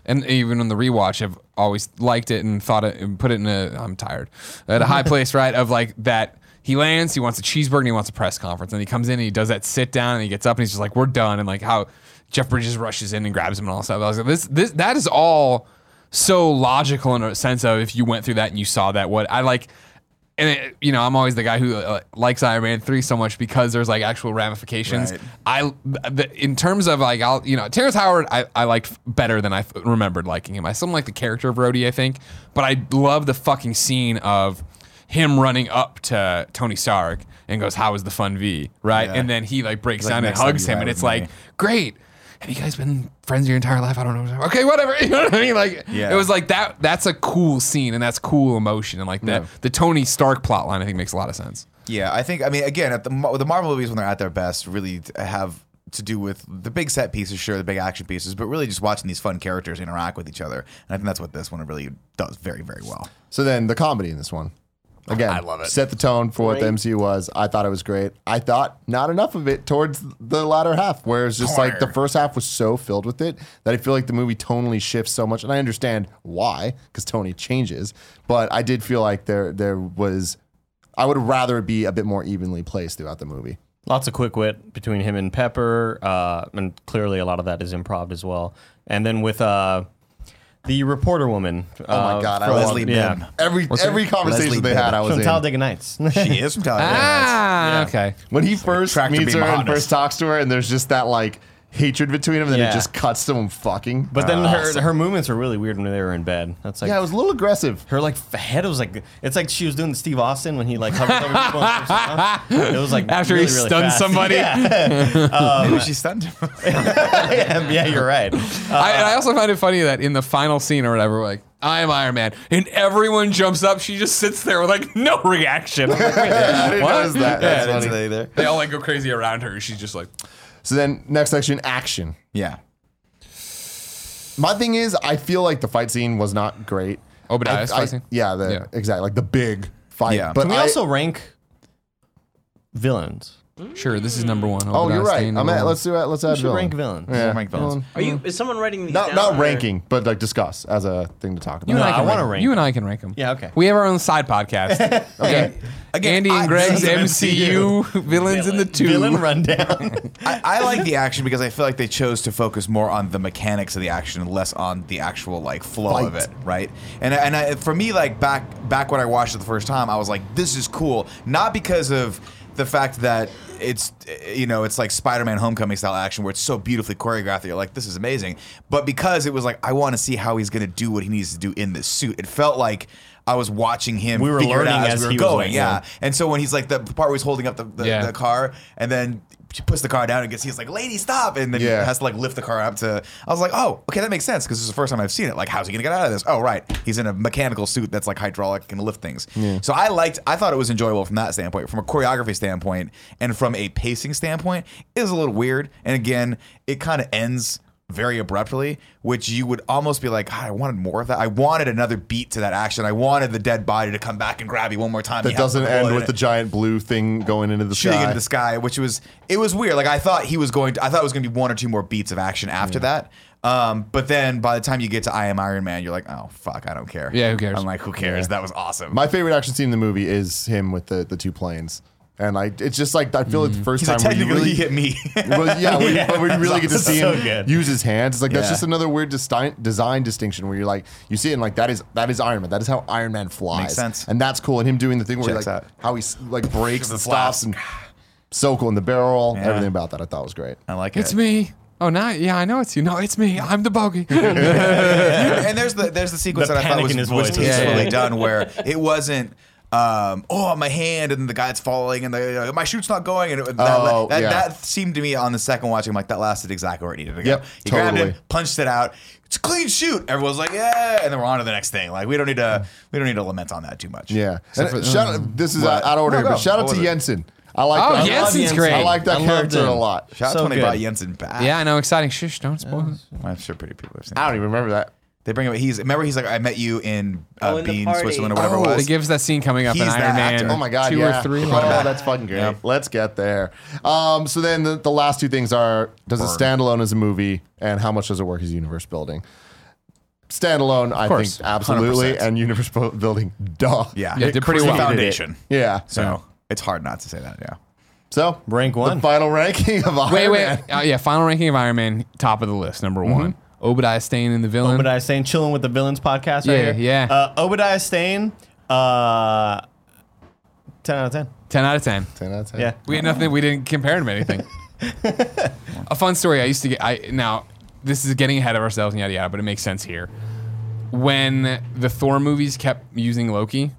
[SPEAKER 3] and even on the rewatch, have always liked it and thought it and put it in a. I'm tired at a high place, right? Of like that. He lands, he wants a cheeseburger, and he wants a press conference. And he comes in and he does that sit down, and he gets up and he's just like, "We're done." And like how Jeff Bridges rushes in and grabs him and all that stuff. I was like, "This, this, that is all so logical in a sense of if you went through that and you saw that." What I like and it, you know, I'm always the guy who uh, likes Iron Man three so much because there's like actual ramifications.
[SPEAKER 2] Right.
[SPEAKER 3] I, the, in terms of like, I'll you know, Terrence Howard, I, I liked better than I f- remembered liking him. I still like the character of Rhodey, I think, but I love the fucking scene of him running up to Tony Stark and goes, "How was the fun V?" Right,
[SPEAKER 2] Yeah.
[SPEAKER 3] and then he like breaks
[SPEAKER 2] Like,
[SPEAKER 3] down and
[SPEAKER 2] next time
[SPEAKER 3] hugs
[SPEAKER 2] you
[SPEAKER 3] him,
[SPEAKER 2] ride
[SPEAKER 3] and
[SPEAKER 2] with
[SPEAKER 3] it's like,
[SPEAKER 2] me.
[SPEAKER 3] great. Have you guys been friends your entire life? I don't know. Okay, whatever. You know what I mean? Like,
[SPEAKER 2] Yeah.
[SPEAKER 3] it was like that. That's a cool scene, and that's cool emotion, and like that. The Tony Stark plot line, I think, makes a lot of sense.
[SPEAKER 2] Yeah, I think. I mean, again, at the Mar- the Marvel movies when they're at their best really t- have to do with the big set pieces, sure, the big action pieces, but really just watching these fun characters interact with each other. And I think that's what this one really does very, very well.
[SPEAKER 1] So then the comedy in this one. Again,
[SPEAKER 2] I love it.
[SPEAKER 1] Set the tone for what the
[SPEAKER 5] Great.
[SPEAKER 1] MCU was. I thought it was great. I thought not enough of it towards the latter half, where it's just like the
[SPEAKER 2] Corner.
[SPEAKER 1] first half was so filled with it that I feel like the movie tonally shifts so much, and I understand why because Tony changes. But I did feel like there there was. I would rather it be a bit more evenly placed throughout the movie.
[SPEAKER 4] Lots of quick wit between him and Pepper, uh, and clearly a lot of that is improv as well. And then with uh, the reporter woman. uh,
[SPEAKER 1] Oh my god, I
[SPEAKER 2] Uh, Leslie
[SPEAKER 1] love-
[SPEAKER 2] Bibb.
[SPEAKER 4] yeah.
[SPEAKER 1] Every every conversation
[SPEAKER 2] Leslie
[SPEAKER 1] they had,
[SPEAKER 2] Bibb.
[SPEAKER 1] I was
[SPEAKER 4] From
[SPEAKER 1] in.
[SPEAKER 4] Talladega Nights.
[SPEAKER 2] She is from Talladega. Nights.
[SPEAKER 3] Ah, okay.
[SPEAKER 1] When he first
[SPEAKER 2] Tractor
[SPEAKER 1] meets
[SPEAKER 2] beam
[SPEAKER 1] her and
[SPEAKER 2] honest.
[SPEAKER 1] first talks to her, and there's just that like hatred between them, and then
[SPEAKER 4] Yeah.
[SPEAKER 1] it just cuts to him fucking.
[SPEAKER 4] But then her, her movements were really weird when they were in bed. That's like
[SPEAKER 1] yeah, it was a little aggressive.
[SPEAKER 4] her like f- head was like it's like she was doing the Steve Austin when he like hovered over people. and stuff. It was like
[SPEAKER 3] After
[SPEAKER 4] really,
[SPEAKER 3] he
[SPEAKER 4] really
[SPEAKER 3] stunned
[SPEAKER 4] fast.
[SPEAKER 3] somebody.
[SPEAKER 2] Maybe she stunned him.
[SPEAKER 4] yeah, yeah, you're right.
[SPEAKER 3] I, and I also find it funny that in the final scene or whatever, like I am Iron Man, and everyone jumps up. She just sits there with like no reaction.
[SPEAKER 1] I didn't
[SPEAKER 3] What?
[SPEAKER 1] notice that. That's funny.
[SPEAKER 2] yeah.
[SPEAKER 3] they all like go crazy around her. She's just like,
[SPEAKER 1] So then next section, action.
[SPEAKER 2] yeah.
[SPEAKER 1] My thing is, I feel like the fight scene was not great.
[SPEAKER 3] Obadiah's
[SPEAKER 1] I- I-
[SPEAKER 3] fight scene?
[SPEAKER 1] Yeah, the,
[SPEAKER 3] Yeah.
[SPEAKER 1] exactly. Like the big fight.
[SPEAKER 2] Yeah.
[SPEAKER 1] But
[SPEAKER 4] Can we
[SPEAKER 1] I,
[SPEAKER 4] also rank villains?
[SPEAKER 3] "Sure, this is number one."
[SPEAKER 1] Oh, you're
[SPEAKER 3] Obadiah
[SPEAKER 1] right.
[SPEAKER 3] Stane,
[SPEAKER 1] I'm
[SPEAKER 3] number
[SPEAKER 1] at,
[SPEAKER 3] one.
[SPEAKER 1] let's do it. Let's add
[SPEAKER 4] We should
[SPEAKER 1] villain.
[SPEAKER 4] rank villains.
[SPEAKER 1] Yeah.
[SPEAKER 2] Rank villains.
[SPEAKER 5] Are you? Is someone writing these
[SPEAKER 1] Not
[SPEAKER 5] down?
[SPEAKER 1] not
[SPEAKER 5] or-
[SPEAKER 1] ranking, but like discuss as a thing to talk about.
[SPEAKER 3] You and
[SPEAKER 4] No,
[SPEAKER 3] I, can
[SPEAKER 4] I wanna
[SPEAKER 3] rank 'em.
[SPEAKER 4] rank
[SPEAKER 3] You and I can rank them.
[SPEAKER 4] Yeah, okay.
[SPEAKER 3] We have our own side podcast. okay.
[SPEAKER 2] Again,
[SPEAKER 3] Andy and
[SPEAKER 2] I-
[SPEAKER 3] Greg's
[SPEAKER 2] this is
[SPEAKER 3] MCU villains in the two.
[SPEAKER 4] Villain rundown.
[SPEAKER 2] I, I like the action because I feel like they chose to focus more on the mechanics of the action and less on the actual like flow of
[SPEAKER 1] Fight.
[SPEAKER 2] it, right? And and I, for me, like back back when I watched it the first time, I was like, this is cool, not because of the fact that it's eh, you know it's like Spider-Man Homecoming style action where it's so beautifully choreographed that you're like this is amazing, but because it was like I want to see how he's gonna do what he needs to do in this suit. It felt like. I was watching him
[SPEAKER 4] We were
[SPEAKER 2] figure it out
[SPEAKER 4] learning
[SPEAKER 2] as,
[SPEAKER 4] as
[SPEAKER 2] we were
[SPEAKER 4] he was
[SPEAKER 2] going,
[SPEAKER 4] learning,
[SPEAKER 2] yeah.
[SPEAKER 4] yeah.
[SPEAKER 2] And so when he's like the, the part where he's holding up the, the,
[SPEAKER 3] Yeah.
[SPEAKER 2] the car and then she puts the car down and gets he's like, lady, stop. And then
[SPEAKER 1] Yeah.
[SPEAKER 2] he has to like lift the car up to I was like, oh, okay, that makes sense because this is the first time I've seen it. Like, how's he gonna get out of this? Oh, right. He's in a mechanical suit that's like hydraulic and lift things. So I liked I thought it was enjoyable from that standpoint, from a choreography standpoint, and from a pacing standpoint, it was a little weird. And again, it kind of ends very abruptly, which you would almost be like, God, I wanted more of that. I wanted another beat to that action. I wanted the dead body to come back and grab you one more time.
[SPEAKER 1] that
[SPEAKER 2] You have
[SPEAKER 1] doesn't
[SPEAKER 2] the
[SPEAKER 1] end
[SPEAKER 2] bullet
[SPEAKER 1] with
[SPEAKER 2] in
[SPEAKER 1] the
[SPEAKER 2] it
[SPEAKER 1] giant blue thing going into the
[SPEAKER 2] shooting
[SPEAKER 1] sky.
[SPEAKER 2] into the sky, which was it was weird. Like I thought he was going. To, I thought it was going to be one or two more beats of action after that. Um, but then by the time you get to I am Iron Man, you're like, oh fuck, I don't care.
[SPEAKER 3] Yeah, who cares?
[SPEAKER 2] I'm like, who cares? That was awesome.
[SPEAKER 1] My favorite action scene in the movie is him with the, the two planes. And I, it's just like I feel like the first
[SPEAKER 2] Mm. He's
[SPEAKER 1] time
[SPEAKER 2] like,
[SPEAKER 1] where you
[SPEAKER 2] technically
[SPEAKER 1] really
[SPEAKER 2] he hit me.
[SPEAKER 1] Well, yeah, we, but we really get to see
[SPEAKER 4] So
[SPEAKER 1] him
[SPEAKER 4] good.
[SPEAKER 1] use his hands. It's like that's
[SPEAKER 2] Yeah.
[SPEAKER 1] just another weird design, design distinction where you're like, you see it and like that is that is Iron Man. That is how Iron Man flies.
[SPEAKER 2] Makes sense.
[SPEAKER 1] and that's cool. And him doing the thing where he,
[SPEAKER 2] Checks
[SPEAKER 1] like
[SPEAKER 2] out.
[SPEAKER 1] how he s- like breaks
[SPEAKER 2] The
[SPEAKER 1] and stops
[SPEAKER 2] flaps.
[SPEAKER 1] and so cool in the barrel roll.
[SPEAKER 2] Yeah. Um,
[SPEAKER 1] Everything about that I thought was great.
[SPEAKER 2] I like it.
[SPEAKER 3] It's me. Oh, not yeah. I know it's you. No, it's me. I'm the bogey.
[SPEAKER 2] and there's the there's the sequence
[SPEAKER 4] The
[SPEAKER 2] that I thought
[SPEAKER 4] panic
[SPEAKER 2] was,
[SPEAKER 4] in his
[SPEAKER 2] was
[SPEAKER 4] voice.
[SPEAKER 2] tastefully
[SPEAKER 3] Yeah, yeah.
[SPEAKER 2] done, where it wasn't. Um, oh, my hand, and the guy's falling, and the, uh, my shoot's not going, and it, that,
[SPEAKER 1] Oh,
[SPEAKER 2] that,
[SPEAKER 1] yeah.
[SPEAKER 2] that seemed to me on the second watching, I'm like that lasted exactly where it needed to go.
[SPEAKER 1] Yep,
[SPEAKER 2] he grabbed
[SPEAKER 1] totally.
[SPEAKER 2] it, punched it out. It's a clean shoot. Everyone's like, yeah, and then we're on to the next thing. Like we don't need to we don't need to lament on that too much.
[SPEAKER 1] Yeah. And shout out, this is out out of order,
[SPEAKER 2] um,
[SPEAKER 1] here,
[SPEAKER 2] No, go.
[SPEAKER 1] but shout out
[SPEAKER 2] What
[SPEAKER 1] to
[SPEAKER 2] was it?
[SPEAKER 1] Jensen. I like.
[SPEAKER 3] Oh,
[SPEAKER 1] I love
[SPEAKER 3] Jensen's
[SPEAKER 1] Jensen.
[SPEAKER 3] great.
[SPEAKER 1] I like that
[SPEAKER 4] I loved
[SPEAKER 1] character
[SPEAKER 4] him.
[SPEAKER 1] a lot.
[SPEAKER 2] Shout out
[SPEAKER 4] So
[SPEAKER 2] to Tony
[SPEAKER 4] good.
[SPEAKER 2] Bot Jensen back.
[SPEAKER 3] yeah, I know. Exciting. Shh, don't spoil it.
[SPEAKER 2] I'm sure pretty people have seen.
[SPEAKER 1] I
[SPEAKER 2] That.
[SPEAKER 1] don't even remember that.
[SPEAKER 2] They bring him. He's remember he's like I met you in uh,
[SPEAKER 5] Oh, in the
[SPEAKER 2] Bean,
[SPEAKER 5] party.
[SPEAKER 2] Switzerland or whatever
[SPEAKER 1] Oh,
[SPEAKER 2] it was.
[SPEAKER 3] They give us that scene coming up in
[SPEAKER 2] He's
[SPEAKER 3] Iron
[SPEAKER 2] that
[SPEAKER 3] Man.
[SPEAKER 2] actor.
[SPEAKER 1] Oh my god,
[SPEAKER 3] two
[SPEAKER 1] yeah.
[SPEAKER 3] or three.
[SPEAKER 1] Oh, that's fucking great. Let's get there. Um, so then the, the last two things are: does it stand alone as a movie, and how much does it work as universe building? Standalone, I
[SPEAKER 3] course.
[SPEAKER 1] think absolutely,
[SPEAKER 2] 100%.
[SPEAKER 1] and universe bu- building, duh.
[SPEAKER 2] yeah,
[SPEAKER 3] Yeah,
[SPEAKER 2] it
[SPEAKER 3] did pretty
[SPEAKER 2] created
[SPEAKER 3] well.
[SPEAKER 1] Hated
[SPEAKER 2] the
[SPEAKER 1] it.
[SPEAKER 2] foundation.
[SPEAKER 1] Yeah.
[SPEAKER 2] So it's hard not to say that. Yeah.
[SPEAKER 1] So
[SPEAKER 4] Rank
[SPEAKER 1] The
[SPEAKER 4] one.
[SPEAKER 1] final ranking of Iron
[SPEAKER 3] Wait,
[SPEAKER 1] Man.
[SPEAKER 3] wait. Uh, yeah, final ranking of Iron Man, top of the list, number one. Mm-hmm. Obadiah Stane in the villain.
[SPEAKER 4] Obadiah Stane, chilling with the villains podcast right
[SPEAKER 3] Yeah,
[SPEAKER 4] here.
[SPEAKER 3] yeah.
[SPEAKER 4] Uh, Obadiah Stane, uh, ten out of ten.
[SPEAKER 3] Ten out of ten.
[SPEAKER 1] Ten out of ten.
[SPEAKER 4] Yeah.
[SPEAKER 3] We had nothing. We didn't compare him to anything. a fun story. I used to get. I now this is getting ahead of ourselves and yada yada, but it makes sense here. When the Thor movies kept using Loki,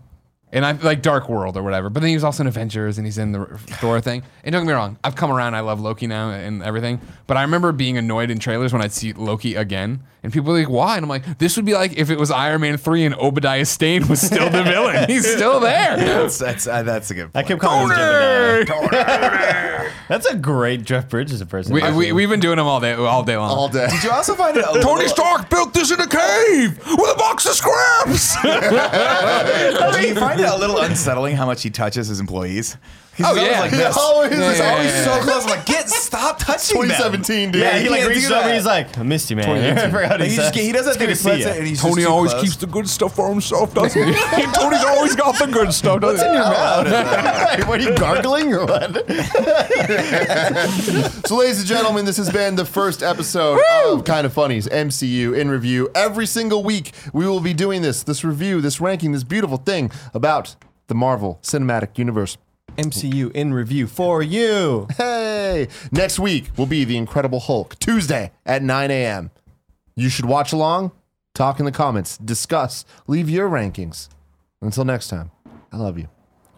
[SPEAKER 3] and I like Dark World or whatever, but then he was also in Avengers and he's in the Thor thing. And don't get me wrong, I've come around. I love Loki now and everything, but I remember being annoyed in trailers when I'd see Loki again, and people were like, "Why?" And I'm like, "This would be like if it was Iron Man three and Obadiah Stane was still the villain. He's still there."
[SPEAKER 2] That's that's, uh, that's a good.
[SPEAKER 4] I
[SPEAKER 2] Point.
[SPEAKER 4] kept calling him Jebediah.
[SPEAKER 3] Nerd.
[SPEAKER 4] That's a great Jeff Bridges impersonation.
[SPEAKER 3] We, we, we've been doing them all day, all day long.
[SPEAKER 1] All day.
[SPEAKER 2] Did you also find it? a
[SPEAKER 3] Tony
[SPEAKER 2] little-
[SPEAKER 3] Stark built this in a cave with a box of scraps.
[SPEAKER 2] Do you find it it a little unsettling how much he touches his employees? He's
[SPEAKER 3] Oh,
[SPEAKER 2] always
[SPEAKER 3] yeah.
[SPEAKER 2] like this.
[SPEAKER 1] Always
[SPEAKER 2] he's
[SPEAKER 1] this-
[SPEAKER 2] always
[SPEAKER 3] yeah,
[SPEAKER 2] so
[SPEAKER 3] yeah.
[SPEAKER 2] close. I'm like, get stop touching them.
[SPEAKER 1] 2017, dude.
[SPEAKER 4] Yeah,
[SPEAKER 2] you
[SPEAKER 4] he like
[SPEAKER 2] can't do
[SPEAKER 4] reaches over.
[SPEAKER 2] that.
[SPEAKER 4] He's like, I missed you, man. I
[SPEAKER 1] 2018.
[SPEAKER 4] forgot what
[SPEAKER 2] Like, he,
[SPEAKER 4] said.
[SPEAKER 2] just, he does that
[SPEAKER 4] It's
[SPEAKER 2] thing.
[SPEAKER 4] good
[SPEAKER 2] He
[SPEAKER 4] to see
[SPEAKER 2] plants
[SPEAKER 4] ya.
[SPEAKER 2] it and he's just
[SPEAKER 3] Tony
[SPEAKER 2] too
[SPEAKER 3] always
[SPEAKER 2] close.
[SPEAKER 3] keeps the good stuff for himself, doesn't he? Tony's always got the good stuff, doesn't he?
[SPEAKER 1] Right, what are you gargling or what? so, ladies and gentlemen, this has been the first episode of Kind of Funny's MCU in review. Every single week, we will be doing this, this review, this ranking, this beautiful thing about the Marvel Cinematic Universe.
[SPEAKER 4] MCU in review for you.
[SPEAKER 1] Hey! Next week will be The Incredible Hulk, Tuesday at 9 a.m. You should watch along, talk in the comments, discuss, leave your rankings. Until next time, I love you.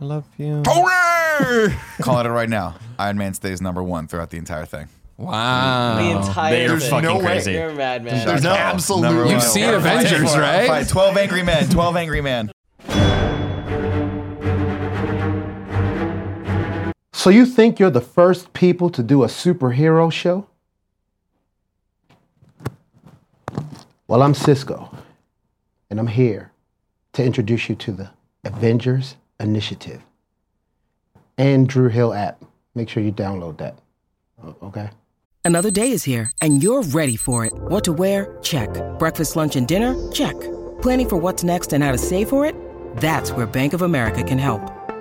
[SPEAKER 4] I love you.
[SPEAKER 3] Tony!
[SPEAKER 2] Calling it right now. Iron Man stays number one throughout the entire thing.
[SPEAKER 3] Wow.
[SPEAKER 5] the entire
[SPEAKER 4] They are
[SPEAKER 5] thing.
[SPEAKER 4] fucking
[SPEAKER 1] no way.
[SPEAKER 4] crazy.
[SPEAKER 5] You're a madman.
[SPEAKER 1] There's no
[SPEAKER 2] Number
[SPEAKER 1] absolute.
[SPEAKER 2] one.
[SPEAKER 3] You've seen Avengers,
[SPEAKER 2] Fight-
[SPEAKER 3] right?
[SPEAKER 2] fight 12 angry men. 12 angry men.
[SPEAKER 6] So you think you're the first people to do a superhero show? Well, I'm Cisco, and I'm here to introduce you to the Avengers Initiative and Drew Hill app. Make sure you download that. O- Okay?
[SPEAKER 7] Another day is here, and you're ready for it. What to wear? Check. Breakfast, lunch, and dinner? Check. Planning for what's next and how to save for it? That's where Bank of America can help.